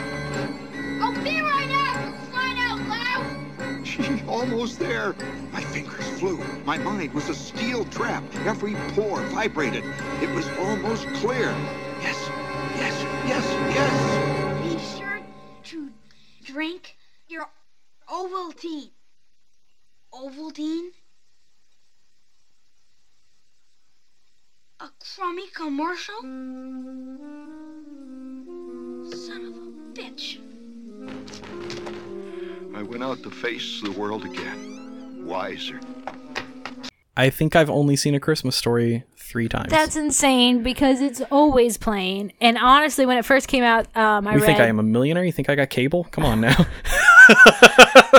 D: I'll Oh, be right out. Sign out loud.
I: Gee, almost there. My fingers flew. My mind was a steel trap. Every pore vibrated. It was almost clear. Yes, yes, yes, yes.
D: Be sure to drink your Ovaltine. Ovaltine? A crummy commercial? Son of a bitch.
I: I went out to face the world again. Wiser.
B: I think I've only seen a Christmas story three times.
A: That's insane because it's always playing. And honestly, when it first came out, um, I
B: you
A: read
B: think I am a millionaire? You think I got cable? Come on now.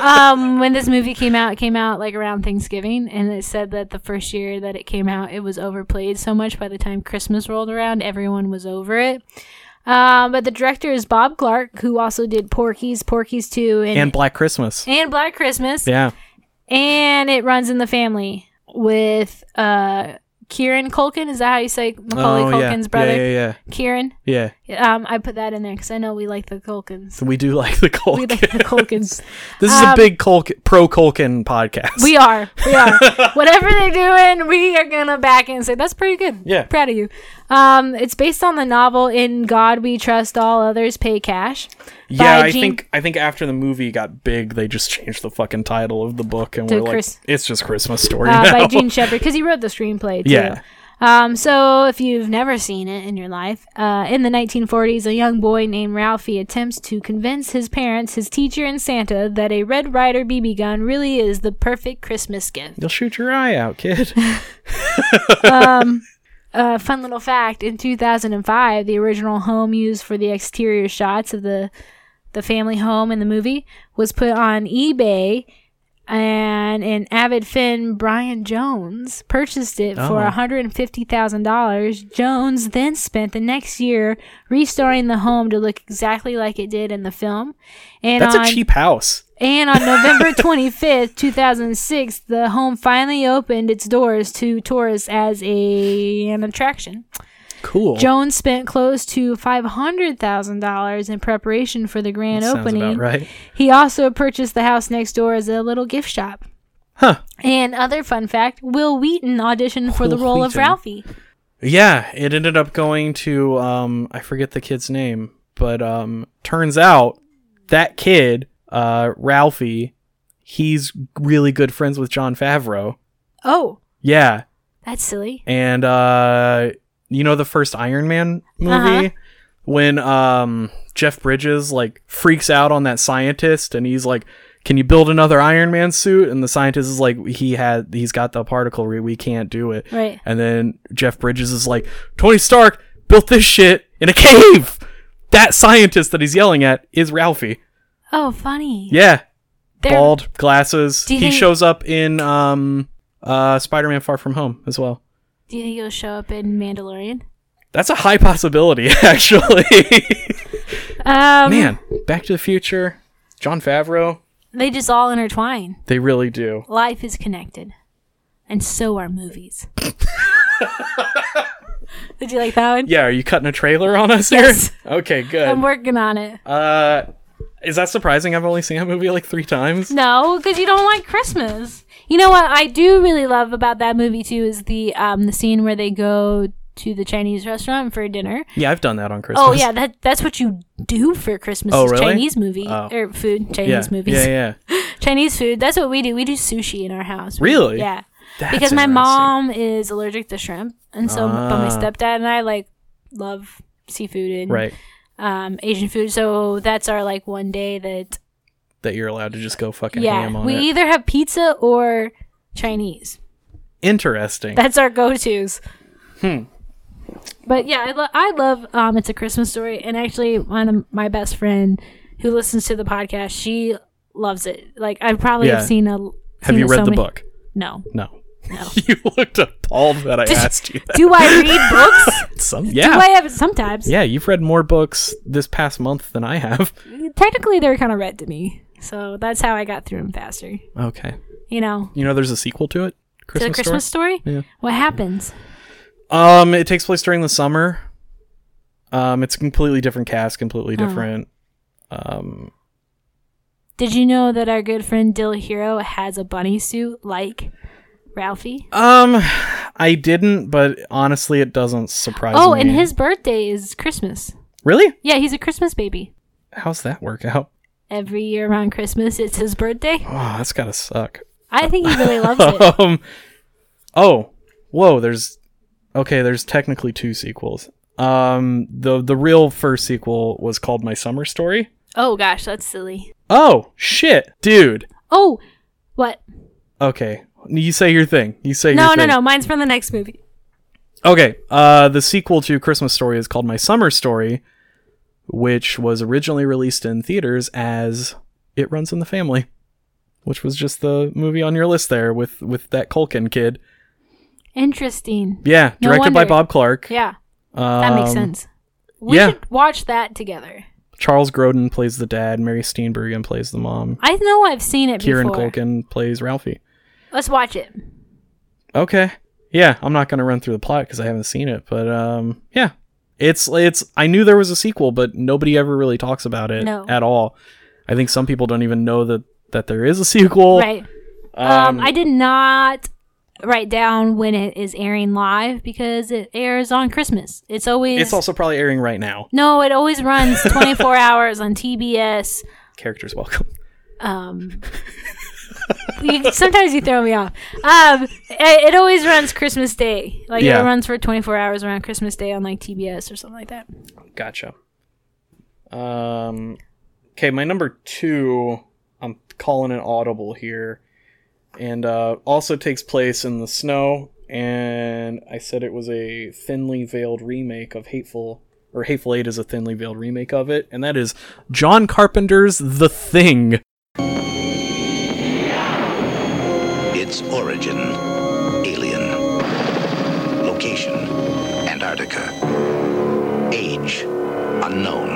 A: um, when this movie came out, it came out like around Thanksgiving, and it said that the first year that it came out, it was overplayed so much by the time Christmas rolled around, everyone was over it. Um, but the director is Bob Clark, who also did Porky's, Porky's 2, and,
B: and Black Christmas.
A: and Black Christmas.
B: Yeah.
A: And it runs in the family with uh, Kieran Culkin. Is that how you say Macaulay
B: Oh, yeah.
A: Culkin's brother?
B: Yeah, yeah, yeah.
A: Kieran.
B: Yeah.
A: Um, I put that in there because I know we like the Culkins.
B: So we do like the Culkin.
A: We like the Culkins.
B: this is a
A: Um,
B: big Culkin, pro Culkin podcast.
A: We are. We are. Whatever they're doing, we are gonna back it and say that's pretty good.
B: Yeah.
A: Proud of you. Um, it's based on the novel "In God We Trust, All Others Pay Cash."
B: Yeah,
A: by
B: I
A: Jean-
B: think I think after the movie got big, they just changed the fucking title of the book, and
A: To
B: we're like,
A: Chris-
B: it's just Christmas story
A: uh,
B: now.
A: by Gene Shepard because he wrote the screenplay too.
B: Yeah.
A: Um, so if you've never seen it in your life, uh, in the 1940s, a young boy named Ralphie attempts to convince his parents, his teacher, and Santa that a Red Ryder BB gun really is the perfect Christmas gift.
B: You'll shoot your eye out, kid.
A: um, uh, fun little fact: in 2005, the original home used for the exterior shots of the the family home in the movie was put on eBay, and an avid fan, Brian Jones, purchased it for
M: Oh.
A: $150,000. Jones then spent the next year restoring the home to look exactly like it did in the film. And
B: That's
A: on,
B: a cheap house.
A: and on November 25th, 2006, the home finally opened its doors to tourists as a, an attraction.
B: Cool.
A: Jones spent close to $500,000 in preparation for the grand
B: That sounds
A: opening.
B: about right.
A: He also purchased the house next door as a little gift shop. Huh. And other fun fact Will Wheaton auditioned for the
B: Will
A: role of
B: Wheaton.
A: Ralphie.
B: Yeah, it ended up going to um I forget the kid's name, but um turns out that kid, uh Ralphie, he's really good friends with John Favreau.
A: Oh,
B: Yeah.
A: that's silly.
B: And uh you know the first Iron Man movie
A: Uh-huh.
B: when um Jeff Bridges like freaks out on that scientist and he's like can you build another Iron Man suit? And the scientist is like, he had, he's got the particle, we, we can't do it.
A: Right.
B: And then Jeff Bridges is like, Tony Stark built this shit in a cave. That scientist that he's yelling at is Ralphie.
A: Oh, funny.
B: Yeah.
A: They're-
B: Bald glasses.
A: Do you
B: He
A: think-
B: shows up in um uh Spider-Man Far From Home as well.
A: Do you think he'll show up in Mandalorian?
B: That's a high possibility, actually.
A: Um,
B: Man, Back to the Future, John Favreau,
A: They just all intertwine.
B: they really do.
A: Life is connected, and so are movies. Did you like that one?
B: Yeah, are you cutting a trailer on us
A: Yes. Um,
B: here? Okay, good.
A: I'm working on it.
B: Uh, is that surprising? I've only seen that movie like three times.
A: No, because you don't like Christmas. You know what I do really love about that movie too is the um the scene where they go to the Chinese restaurant for dinner.
B: Yeah, I've done that on Christmas.
A: Oh yeah, that that's what you do for Christmas.
B: Oh,
A: is
B: really?
A: Chinese movie
B: Oh.
A: or food? Chinese
B: yeah,
A: movies.
B: Yeah, yeah.
A: Chinese food. That's what we do. We do sushi in our house.
B: Really?
A: Yeah.
B: That's
A: because my
B: interesting.
A: mom is allergic to shrimp, and so but my
B: Ah.
A: stepdad and I like love seafood and
B: Right.
A: um, Asian food. So that's our like one day that
B: That you're allowed to just go fucking
A: yeah
B: ham on
A: we
B: it.
A: either have pizza or Chinese.
B: Interesting.
A: That's our go tos.
B: Hmm.
A: But yeah, I, lo- I love um, it's a Christmas story, and actually one of my best friend who listens to the podcast, she loves it. Like I probably
B: Yeah.
A: have seen a.
B: Have
A: seen
B: you
A: it
B: read
A: so
B: the
A: many-
B: book?
A: No.
B: No.
A: No.
B: you looked appalled that I
A: Did-
B: asked you. That.
A: Do I read books?
B: Some. Yeah.
A: Do I have sometimes?
B: yeah, you've read more books this past month than I have.
A: Technically, they're kind of read to me, so that's how I got through them faster.
B: Okay.
A: You know,
B: You know, there's a sequel to it.
A: to the Christmas story.
B: Yeah.
A: What happens?
B: Um, it takes place during the summer. Um, it's a completely different cast, completely
A: Oh.
B: different. Um,
A: Did you know that our good friend Dill Hero has a bunny suit like Ralphie?
B: um, I didn't, but honestly, it doesn't surprise
A: Oh,
B: me.
A: and his birthday is Christmas.
B: really?
A: Yeah, he's a Christmas baby.
B: How's that work out?
A: Every year around Christmas, it's his birthday.
B: Oh, that's gotta suck.
A: I think he really loves it.
B: um, oh, whoa. There's okay. There's technically two sequels. Um, the the real first sequel was called My Summer Story.
A: Oh gosh, that's silly.
B: Oh shit, dude.
A: Oh, what?
B: Okay, you say your thing. You say
A: No,
B: your
A: no,
B: thing.
A: no. Mine's from the next movie.
B: Okay, uh, the sequel to Christmas Story is called My Summer Story, which was originally released in theaters as It Runs in the Family, which was just the movie on your list there with with that Culkin kid.
A: Interesting.
B: Yeah,
A: No
B: directed by
A: wonder.
B: Bob Clark.
A: Yeah, that makes
B: Um,
A: sense. We
B: yeah.
A: should watch that together.
B: Charles Grodin plays the dad. Mary Steenburgen plays the mom.
A: I know I've seen it
B: Kieran
A: before.
B: Culkin plays Ralphie.
A: Let's watch it.
B: Okay. Yeah, I'm not going to run through the plot because I haven't seen it, but um, yeah, it's it's. I knew there was a sequel, but nobody ever really talks about it
A: No.
B: at all. I think some people don't even know that that there is a sequel.
A: right.
B: Um,
A: Um, I did not write down when it is airing live because it airs on Christmas. It's always
B: It's also probably airing right now.
A: no, it always runs 24 hours on TBS.
B: Characters welcome.
A: Um, you, sometimes you throw me off. Um, it, it always runs Christmas Day. Like
B: Yeah.
A: it runs for 24 hours around Christmas Day on like TBS or something like that.
B: Gotcha. Um, okay, my number two, I'm calling it audible here, and uh, also takes place in the snow. And I said it was a thinly veiled remake of Hateful, or Hateful Eight is a thinly veiled remake of it, and that is John Carpenter's The Thing.
M: Its origin, alien. Location, Antarctica. Age, unknown.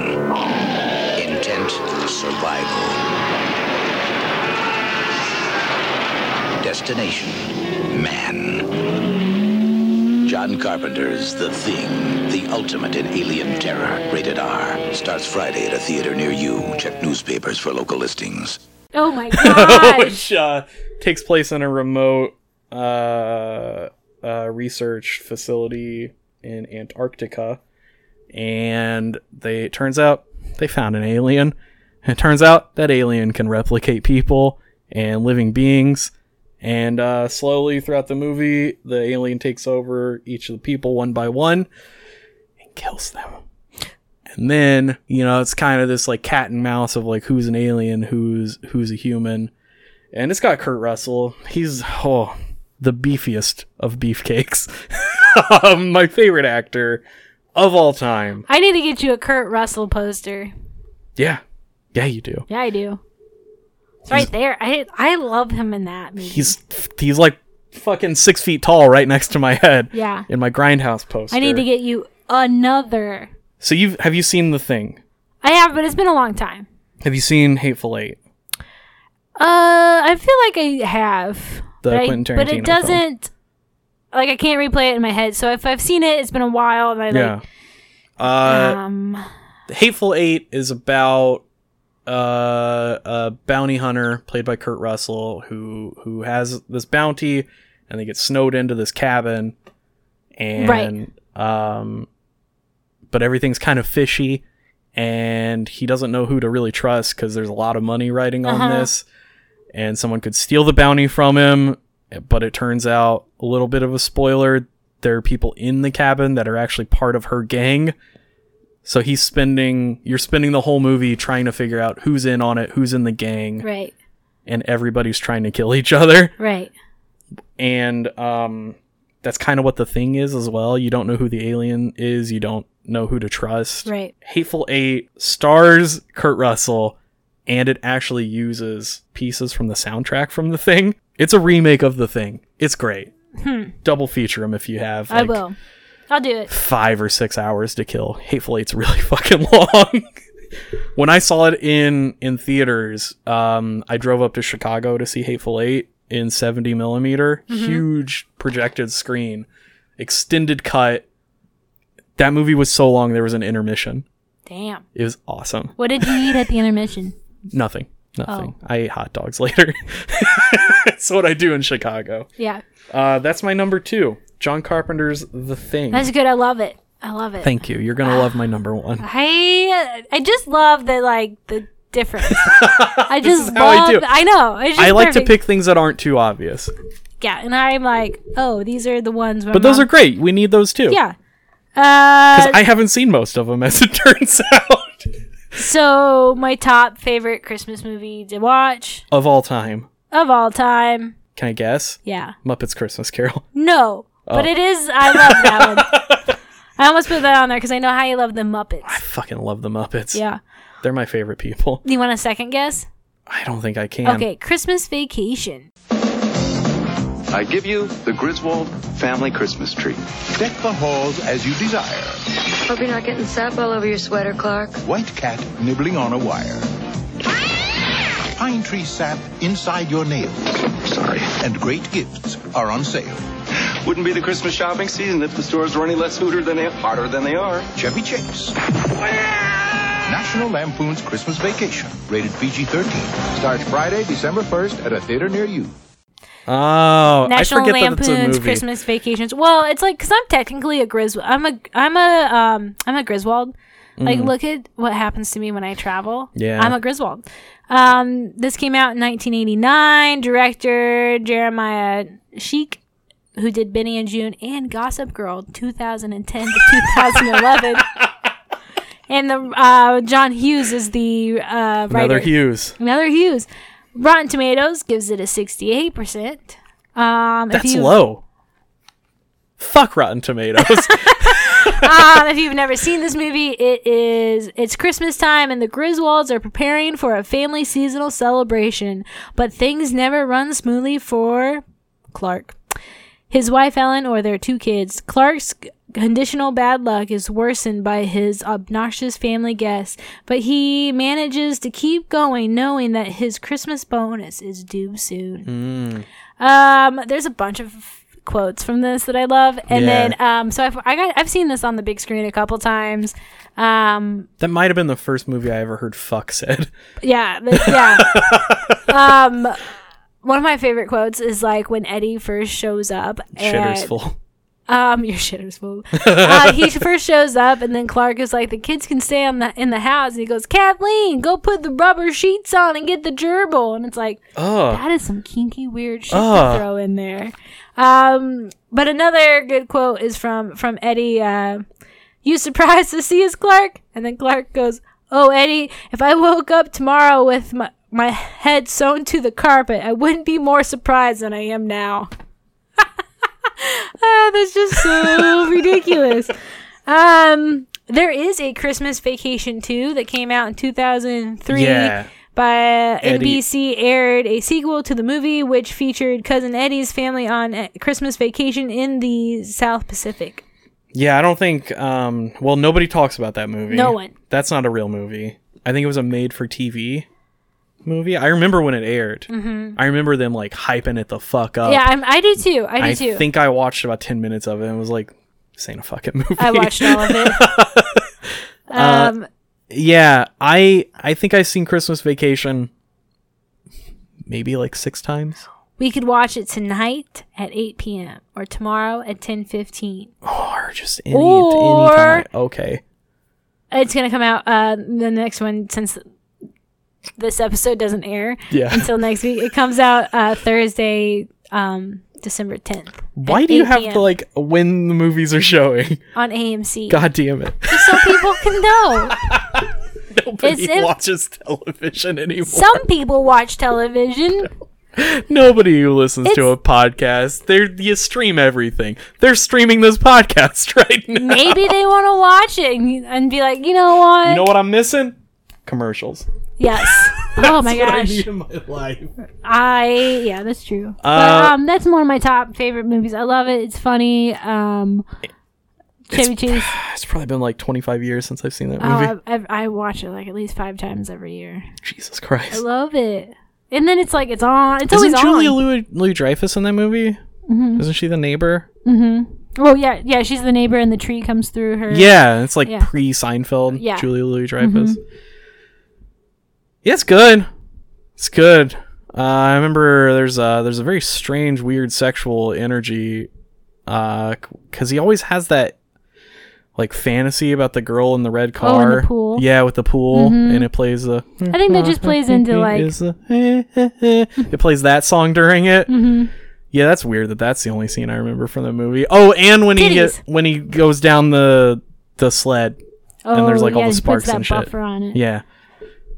M: Intent, survival. Destination, man. John Carpenter's The Thing, the ultimate in alien terror, rated R, starts Friday at a theater near you. Check newspapers for local listings.
A: Oh my
B: which uh, takes place in a remote uh, uh, research facility in Antarctica, and they it turns out they found an alien. It turns out that alien can replicate people and living beings. And uh, slowly throughout the movie, the alien takes over each of the people one by one and kills them. And then, you know, it's kind of this like cat and mouse of like who's an alien, who's who's a human. And it's got Kurt Russell. He's oh the beefiest of beefcakes. um, my favorite actor of all time.
A: I need to get you a Kurt Russell poster.
B: Yeah. Yeah, you do.
A: Yeah, I do. It's right there. I I love him in that movie.
B: He's he's like fucking six feet tall right next to my head.
A: Yeah.
B: In my grindhouse poster.
A: I need to get you another.
B: So you've have you seen the thing?
A: I have, but it's been a long time.
B: Have you seen Hateful Eight?
A: Uh, I feel like I have.
B: The
A: but I-
B: Quentin
A: But
B: Tarantino film.
A: it doesn't. Like I can't replay it in my head. So if I've seen it, it's been a while, and I
B: yeah.
A: like.
B: Uh,
A: um.
B: The Hateful Eight is about uh, a bounty hunter played by Kurt Russell who who has this bounty, and they get snowed into this cabin, and um, but everything's kind of fishy, and he doesn't know who to really trust because there's a lot of money riding on
N: Uh-huh.
B: this, and someone could steal the bounty from him. But it turns out a little bit of a spoiler. There are people in the cabin that are actually part of her gang. So he's spending you're spending the whole movie trying to figure out who's in on it, who's in the gang,
A: Right.
B: and everybody's trying to kill each other.
A: Right.
B: And um that's kind of what the thing is as well. You don't know who the alien is, you don't know who to trust.
A: Right.
B: Hateful 8 stars Kurt Russell and it actually uses pieces from the soundtrack from The Thing. It's a remake of The Thing. It's great.
A: Hmm.
B: Double feature them if you have
A: I
B: like
A: will. I'll do it.
B: five or six hours to kill. Hateful Eight's really fucking long. when I saw it in in theaters, um, I drove up to Chicago to see Hateful Eight in 70 millimeter,
A: Mm-hmm.
N: Mhm.
B: huge projected screen, extended cut. That movie was so long there was an intermission.
A: Damn.
B: It was awesome.
A: What did you eat at the intermission?
B: Nothing. Nothing.
A: Oh.
B: I ate hot dogs later. That's what I do in Chicago.
A: Yeah.
B: Uh, that's my number two. John Carpenter's The Thing.
A: That's good. I love it. I love it.
B: Thank you. You're gonna love my number one.
A: I I just love the like the difference. I just
B: how I
A: love. I,
B: do.
A: know. It's just
B: I like to
A: perfect.
B: pick things that aren't too obvious.
A: Yeah, and I'm like, oh, these are the ones. where
B: But those
A: mom-
B: are great. We need those too.
A: Uh-huh. Yeah.
B: Because
A: Uh,
B: I haven't seen most of them, as it turns out,
A: so my top favorite Christmas movie to watch
B: of all time.
A: of all time.
B: Can I guess?
A: Yeah.
B: Muppets Christmas Carol.
A: No, but
B: Oh.
A: it is. I love that one. I almost put that on there because I know how you love the Muppets.
B: I fucking love the Muppets.
A: Yeah.
B: They're my favorite people.
A: Do you want a second guess?
B: I don't think I can.
A: Okay, Christmas Vacation.
O: I give you the Griswold family Christmas tree. Deck the halls as you desire.
K: Hope you're not getting sap all over your sweater, Clark.
O: White cat nibbling on a wire.
H: Pine tree sap inside your nail. Sorry. And great gifts are on sale.
O: Wouldn't be the Christmas shopping season if the stores were any less hooter than they harder than they are.
H: Chevy Chase. National Lampoon's Christmas Vacation, rated PG-13.
P: Starts Friday, December 1st at a theater near you.
B: Oh, I
A: National
B: forget that it's a
A: Lampoon's
B: movie.
A: Christmas Vacations. Well, it's like because I'm technically a Griswold. I'm a I'm a um I'm a Griswold. Like,
B: Mhm.
A: look at what happens to me when I travel.
B: Yeah.
A: I'm a Griswold. Um, this came out in 1989. Director Jeremiah Sheik, who did Benny and June and Gossip Girl, 2010 to 2011. And the uh, John Hughes is the uh, writer.
B: Another Hughes.
A: Another Hughes. Rotten Tomatoes gives it a 68%. Um, if
B: That's
A: you-
B: low. Fuck Rotten Tomatoes.
A: um, if you've never seen this movie, it is it's Christmas time and the Griswolds are preparing for a family seasonal celebration, but things never run smoothly for Clark, his wife Ellen, or their two kids. Clark's conditional bad luck is worsened by his obnoxious family guests, but he manages to keep going, knowing that his Christmas bonus is due soon.
B: Mm.
A: Um, there's a bunch of quotes from this that I love, and
B: Yeah.
A: then um, so I've I got I've seen this on the big screen a couple times. Um,
B: That might have been the first movie I ever heard fuck said.
A: yeah, th- yeah. um, one of my favorite quotes is like when Eddie first shows up.
B: Shitter's
A: and-
B: full.
A: Um, your shitter's full. uh, he first shows up, and then Clark is like, "The kids can stay on the in the house," and he goes, "Kathleen, go put the rubber sheets on and get the gerbil." And it's like,
B: Oh.
A: that is some kinky weird shit
B: Oh.
A: to throw in there. Um, but another good quote is from from Eddie. Uh, you surprised to see us, Clark? And then Clark goes, "Oh, Eddie, if I woke up tomorrow with my my head sewn to the carpet, I wouldn't be more surprised than I am now." Ah, that's just so ridiculous. Um, there is a Christmas Vacation 2 that came out in 2003
B: Yeah.
A: by
B: Eddie.
A: NBC aired a sequel to the movie which featured cousin Eddie's family on a Christmas vacation in the South Pacific.
B: Yeah, I don't think. Um, well, nobody talks about that movie.
A: No one.
B: That's not a real movie. I think it was a made-for-TV movie. I remember when it aired.
A: Mhm.
B: I remember them like hyping it the fuck up.
A: yeah, I'm, I do too. I do
B: Uh, I
A: too.
B: think I watched about ten minutes of it and was like, "This ain't a fucking movie."
A: I watched all of it.
B: Uh,
A: um,
B: yeah, I I think I've seen Christmas Vacation maybe like six times.
A: we could watch it tonight at 8 p.m. or tomorrow at 10:15.
B: Or just Any,
A: Or-
B: any time. Okay.
A: It's gonna come out uh, the next one since this episode doesn't air
B: Yeah.
A: until next week. It comes out uh, Thursday, um, December tenth.
B: Why do you have to like when the movies are showing?
A: on AMC?
B: God damn it!
A: Just so people can know.
B: Nobody
A: It's-
B: watches television anymore.
A: Some people watch television.
B: Nobody who listens to
A: It's-
B: a podcast, they're you stream everything. They're streaming this podcast right now.
A: Maybe they want to watch it and, and be like, you know what?
B: You know what I'm missing? Commercials.
A: Yes. oh my
B: That's what I
A: gosh.
B: need in my life.
A: I yeah, that's true. but
B: Uh,
A: um, that's one of my top favorite movies. I love it. It's funny. Um, Chevy Chase.
B: It's probably been like 25 years since I've seen that
A: Oh,
B: movie.
A: I, I, I watch it like at least five times every year.
B: Jesus Christ.
A: I love it. And then it's like it's on. It's
B: Isn't
A: always
B: Julia
A: on.
B: Louis, Louis Dreyfus in that movie?
A: Mhm.
B: Isn't she the neighbor?
A: mm-hmm. Well, yeah, yeah. She's the neighbor, and the tree comes through her.
B: Yeah, it's like
A: Yeah.
B: pre Seinfeld.
A: Yeah. Mm-hmm.
B: Julia Louis Dreyfus. Yeah, it's good. It's good. Uh, I remember there's a there's a very strange, weird sexual energy, because he always has that like fantasy about the girl in the red
A: Oh, in
B: car.
A: the pool.
B: Yeah, with the pool,
A: Mhm.
B: and it plays the.
A: I think that just plays into like.
B: Is the- it plays that song during it.
A: Mhm.
B: Yeah, that's weird that that's the only scene I remember from the movie. Oh, and when he
A: Titties.
B: get, when he goes down the the sled and there's
A: Oh,
B: like
A: yeah, he
B: all the
A: puts
B: sparks
A: that
B: and shit.
A: buffer on it.
B: Yeah.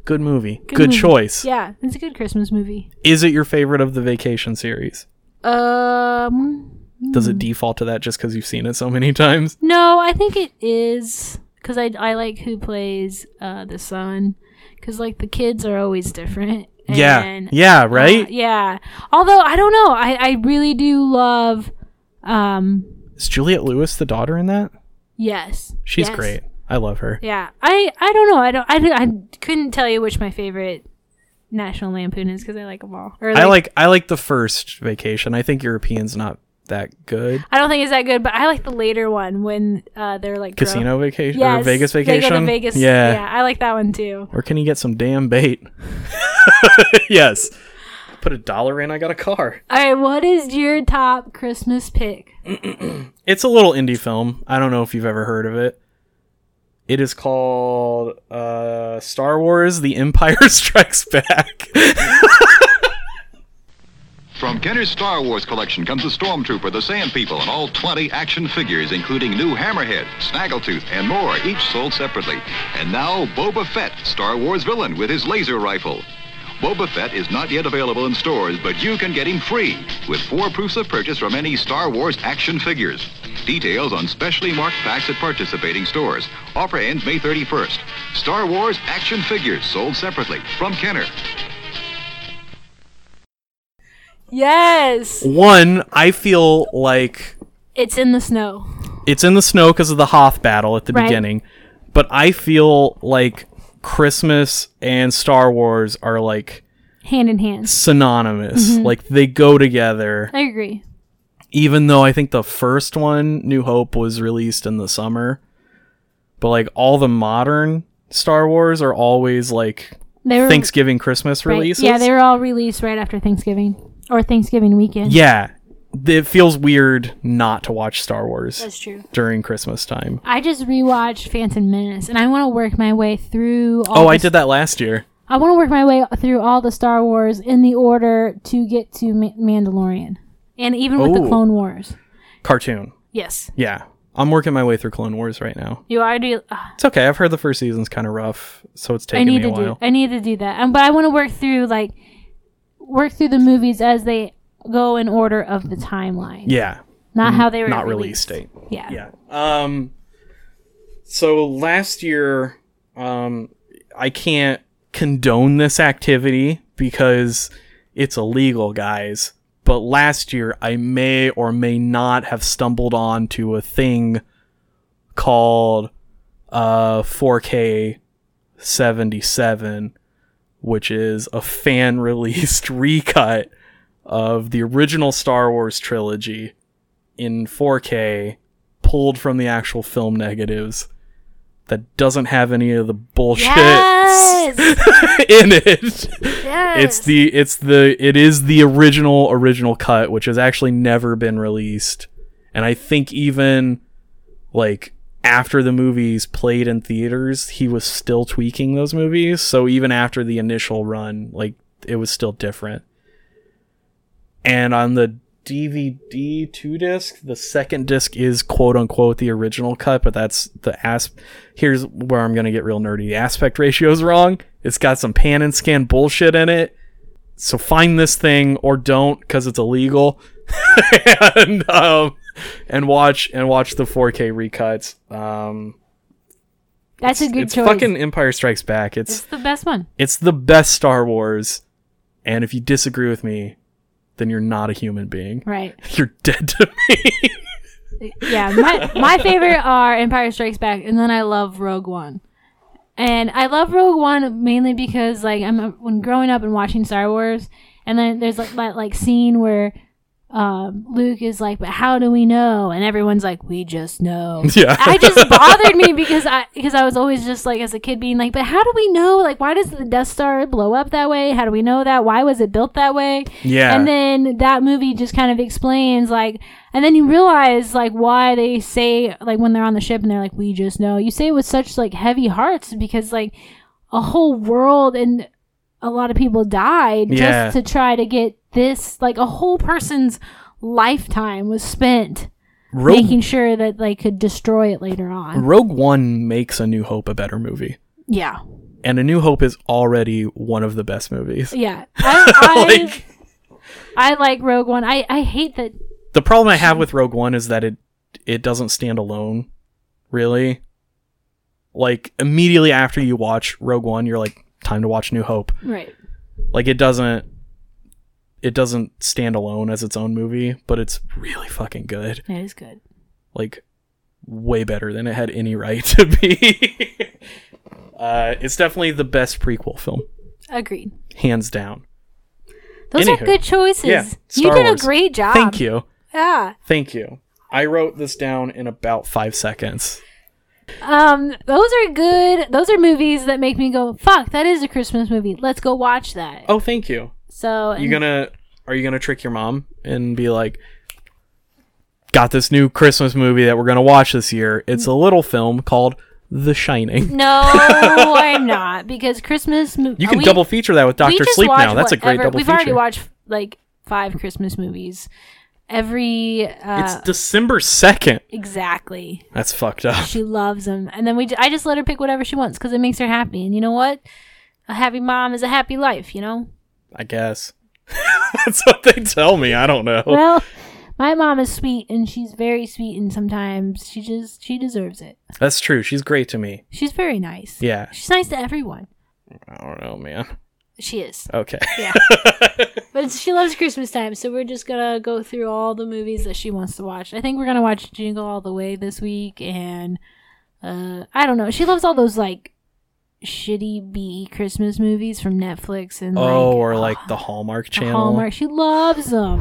B: Good movie. Good,
A: movie.
B: choice.
A: Yeah, it's a good Christmas movie.
B: Is it your favorite of the vacation series?
A: Um.
B: Does it default to that just cuz you've seen it so many times?
A: No, I think it is because I, I like who plays uh, the son because like the kids are always different.
B: yeah. Yeah, right?
A: Uh, yeah. Although I don't know, I I really do love. Um.
B: Is Juliet Lewis the daughter in that?
A: Yes.
B: She's
A: Yes.
B: great. I love her.
A: Yeah. I I don't know. I don't. I, don't- I couldn't tell you which my favorite National Lampoon is because I like them all. Or,
B: I like I like the first vacation. I think European's not that good.
A: I don't think it's that good, but I like the later one when uh, they're like grown-
B: Casino vacation or
A: Yes,
B: Vegas
A: they go to
B: vacation?
A: Vegas.
B: Yeah.
A: yeah, I like that one too.
B: Where can he get some damn bait? yes. put a dollar in, I got a car.
A: All right, what is your top Christmas pick?
B: It's a little indie film. I don't know if you've ever heard of it. It is called uh, Star Wars: The Empire Strikes Back.
N: From Kenner's Star Wars collection comes the Stormtrooper, the Sand People, and all 20 action figures, including new Hammerhead, Snaggletooth, and more, each sold separately. And now, Boba Fett, Star Wars villain, with his laser rifle. Boba Fett is not yet available in stores, but you can get him free with four proofs of purchase from any Star Wars action figures. Details on specially marked packs at participating stores. Offer ends May 31st. Star Wars action figures sold separately from Kenner.
A: Yes,
B: One, I feel like
A: it's in the snow.
B: it's in the snow because of the Hoth battle at the
A: Right.
B: beginning, but I feel like Christmas and Star Wars are like
A: Hand in hand.
B: synonymous.
A: Mhm.
B: Like they go together.
A: I agree.
B: Even though I think the first one, New Hope, was released in the summer, but like all the modern Star Wars are always like
A: They were-
B: Thanksgiving Christmas
A: Right.
B: releases.
A: Yeah, they were all released right after Thanksgiving or Thanksgiving weekend.
B: Yeah. It feels weird not to watch Star Wars.
A: That's true.
B: During Christmas time.
A: I just rewatched Phantom Menace, and I want to work my way through. All
B: Oh,
A: the
B: I did that last year.
A: I want to work my way through all the Star Wars in the order to get to Ma- Mandalorian, and even with the
B: Ooh.
A: Clone Wars.
B: Cartoon.
A: Yes,
B: Yeah. I'm working my way through Clone Wars right now.
A: you already. uh, ugh,
B: It's okay. I've heard the first season's kind of rough, so it's
A: I
B: taking
A: need
B: me
A: to
B: a while.
A: do. I need to do that, um, but I want to work through like work through the movies as they go in order of the timeline.
B: Yeah.
A: Not
B: Mm,
A: how they were
B: Not release date.
A: Yeah.
B: Yeah. Um so last year um I can't condone this activity because it's illegal, guys. But last year I may or may not have stumbled onto a thing called uh 4K 77 which is a fan released recut of the original Star Wars trilogy in 4K pulled from the actual film negatives that doesn't have any of the bullshit
D: Yes!
B: in it.
D: Yes!
B: It's the it's the it is the original original cut which has actually never been released. And I think even like after the movies played in theaters, he was still tweaking those movies. So even after the initial run, like it was still different. And on the DVD two disc, the second disc is quote unquote the original cut, but that's the as here's where I'm gonna get real nerdy. The aspect ratio's wrong. It's got some pan and scan bullshit in it. So find this thing or don't, because it's illegal. and um, and watch and watch the 4K recuts. Um,
A: That's a good
B: it's
A: choice.
B: fucking Empire Strikes Back. It's
A: It's the best one.
B: it's the best Star Wars. And if you disagree with me, then you're not a human being.
A: Right.
B: You're dead to me.
A: yeah, my my favorite are Empire Strikes Back, and then I love Rogue One. And I love Rogue One mainly because like I'm when growing up and watching Star Wars, and then there's like that like scene where um, Luke is like, "But how do we know?" And everyone's like, "We just know."
D: Yeah.
A: I just bothered me because I because I was always just like as a kid being like, "But how do we know? Like, why does the Death Star blow up that way? How do we know that? Why was it built that way?"
D: Yeah.
A: And then that movie just kind of explains like, and then you realize like why they say like when they're on the ship and they're like, "We just know." You say it with such like heavy hearts because like a whole world and a lot of people died
D: Yeah.
A: just to try to get this like a whole person's lifetime was spent
B: Rogue-
A: making sure that they could destroy it later on
B: Rogue One makes A New Hope a better movie.
A: yeah
B: And A New Hope is already one of the best movies.
A: yeah I, I, I like rogue one i i hate that
B: The problem I have with Rogue One is that it it doesn't stand alone, really. Like immediately after you watch Rogue One, you're like, time to watch New Hope.
A: right
B: Like it doesn't it doesn't stand alone as its own movie, but it's really fucking good.
A: it is good
B: Like way better than it had any right to be. uh, it's definitely the best prequel film,
A: agreed
B: hands down.
A: those
B: Anywho.
A: are good choices
B: Yeah,
A: you
B: Star
A: did
B: Wars.
A: a great job
B: Thank you.
A: yeah
B: Thank you. I wrote this down in about five seconds.
A: um those are good those are movies that make me go fuck that is a christmas movie let's go watch that
B: Oh, thank you.
A: So
B: you gonna are you gonna trick your mom and be like, got this new Christmas movie that we're gonna watch this year? It's a little film called The Shining.
A: No, I'm not because Christmas. Mo- uh,
B: You can
A: we-
B: double feature that with
A: we
B: Doctor
A: just
B: Sleep
A: watch
B: now. That's a great
A: whatever-
B: double
A: We've
B: feature.
A: already watched like five Christmas movies. Every uh,
B: it's December second.
A: exactly.
B: That's fucked up.
A: She loves them, and then we. j- I just let her pick whatever she wants because it makes her happy. And you know what? A happy mom is a happy life. You know.
B: I guess. That's what they tell me. I don't know.
A: Well, my mom is sweet, and she's very sweet, and sometimes she just she deserves it.
B: That's true. She's great to me.
A: She's very nice.
B: Yeah.
A: She's nice to everyone.
B: I don't know, man.
A: She is.
B: Okay.
A: Yeah. but she loves Christmas time, so we're just gonna go through all the movies that she wants to watch. I think we're gonna watch Jingle All the Way this week, and uh, I don't know. She loves all those like shitty B E Christmas movies from Netflix and
B: oh,
A: like
B: or like the Hallmark channel.
A: Hallmark. She loves them.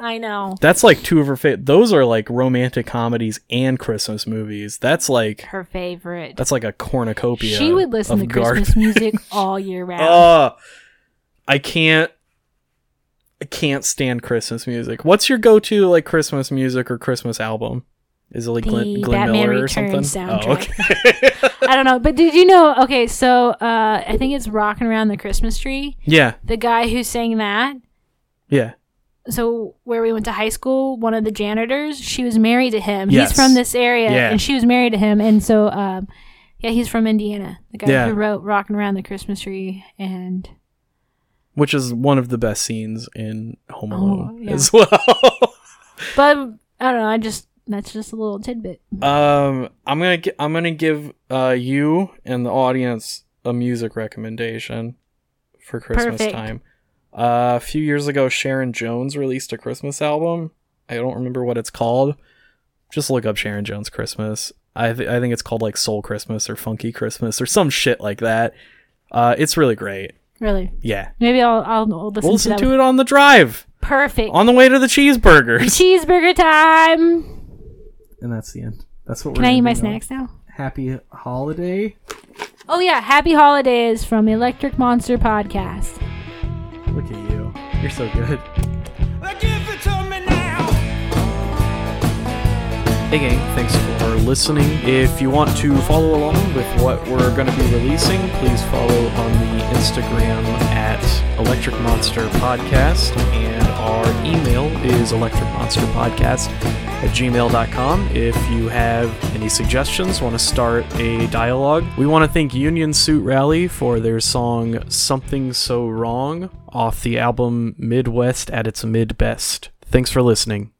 A: I know.
B: That's like two of her favorite. Those are like romantic comedies and Christmas movies. That's like
A: Her favorite.
B: that's like a cornucopia.
A: She would listen
B: of
A: to
B: gar-
A: Christmas music all year round.
B: Oh, I can't. I can't stand Christmas music. What's your go-to like Christmas music or Christmas album? Is it like Glenn,
A: The
B: Glenn
A: Batman
B: Miller or
A: Returns
B: something?
A: soundtrack.
B: Oh, okay.
A: I don't know, but did you know? Okay, so uh, I think it's "Rocking Around the Christmas Tree."
B: Yeah,
A: The guy who sang that,
B: yeah.
A: so where we went to high school, one of the janitors, she was married to him.
B: Yes.
A: He's from this area,
B: Yeah.
A: and she was married to him, and so um, yeah, he's from Indiana. The guy
B: Yeah.
A: who wrote "Rocking Around the Christmas Tree" and
B: Which is one of the best scenes in Home Alone
A: Oh, yeah.
B: as well.
A: but I don't know. I just that's just a little tidbit.
B: Um, I'm gonna gi- I'm gonna give uh you and the audience a music recommendation for Christmas
A: Perfect.
B: time. Uh, a few years ago, Sharon Jones released a Christmas album. I don't remember what it's called. Just look up Sharon Jones Christmas. I th- I think it's called like Soul Christmas or Funky Christmas or some shit like that. Uh, it's really great.
A: Really,
B: Yeah,
A: maybe I'll I'll, I'll listen,
B: we'll listen
A: to that.
B: to
A: one.
B: it on the drive
A: Perfect.
B: on the way to the cheeseburgers.
A: Cheeseburger time.
B: And that's the end. That's what
A: Can
B: we're.
A: I eat
B: ending
A: my
B: on.
A: snacks now?
B: Happy holiday.
A: Oh yeah, happy holidays from Electric Monster Podcast.
B: Look at you. You're so good. Hey gang, thanks for listening. If you want to follow along with what we're going to be releasing, please follow on the Instagram at Electric Monster Podcast, and our email is electricmonsterpodcast at gmail.com. If you have any suggestions, want to start a dialogue, we want to thank Union Suit Rally for their song Something So Wrong off the album Midwest at its Mid Best. Thanks for listening.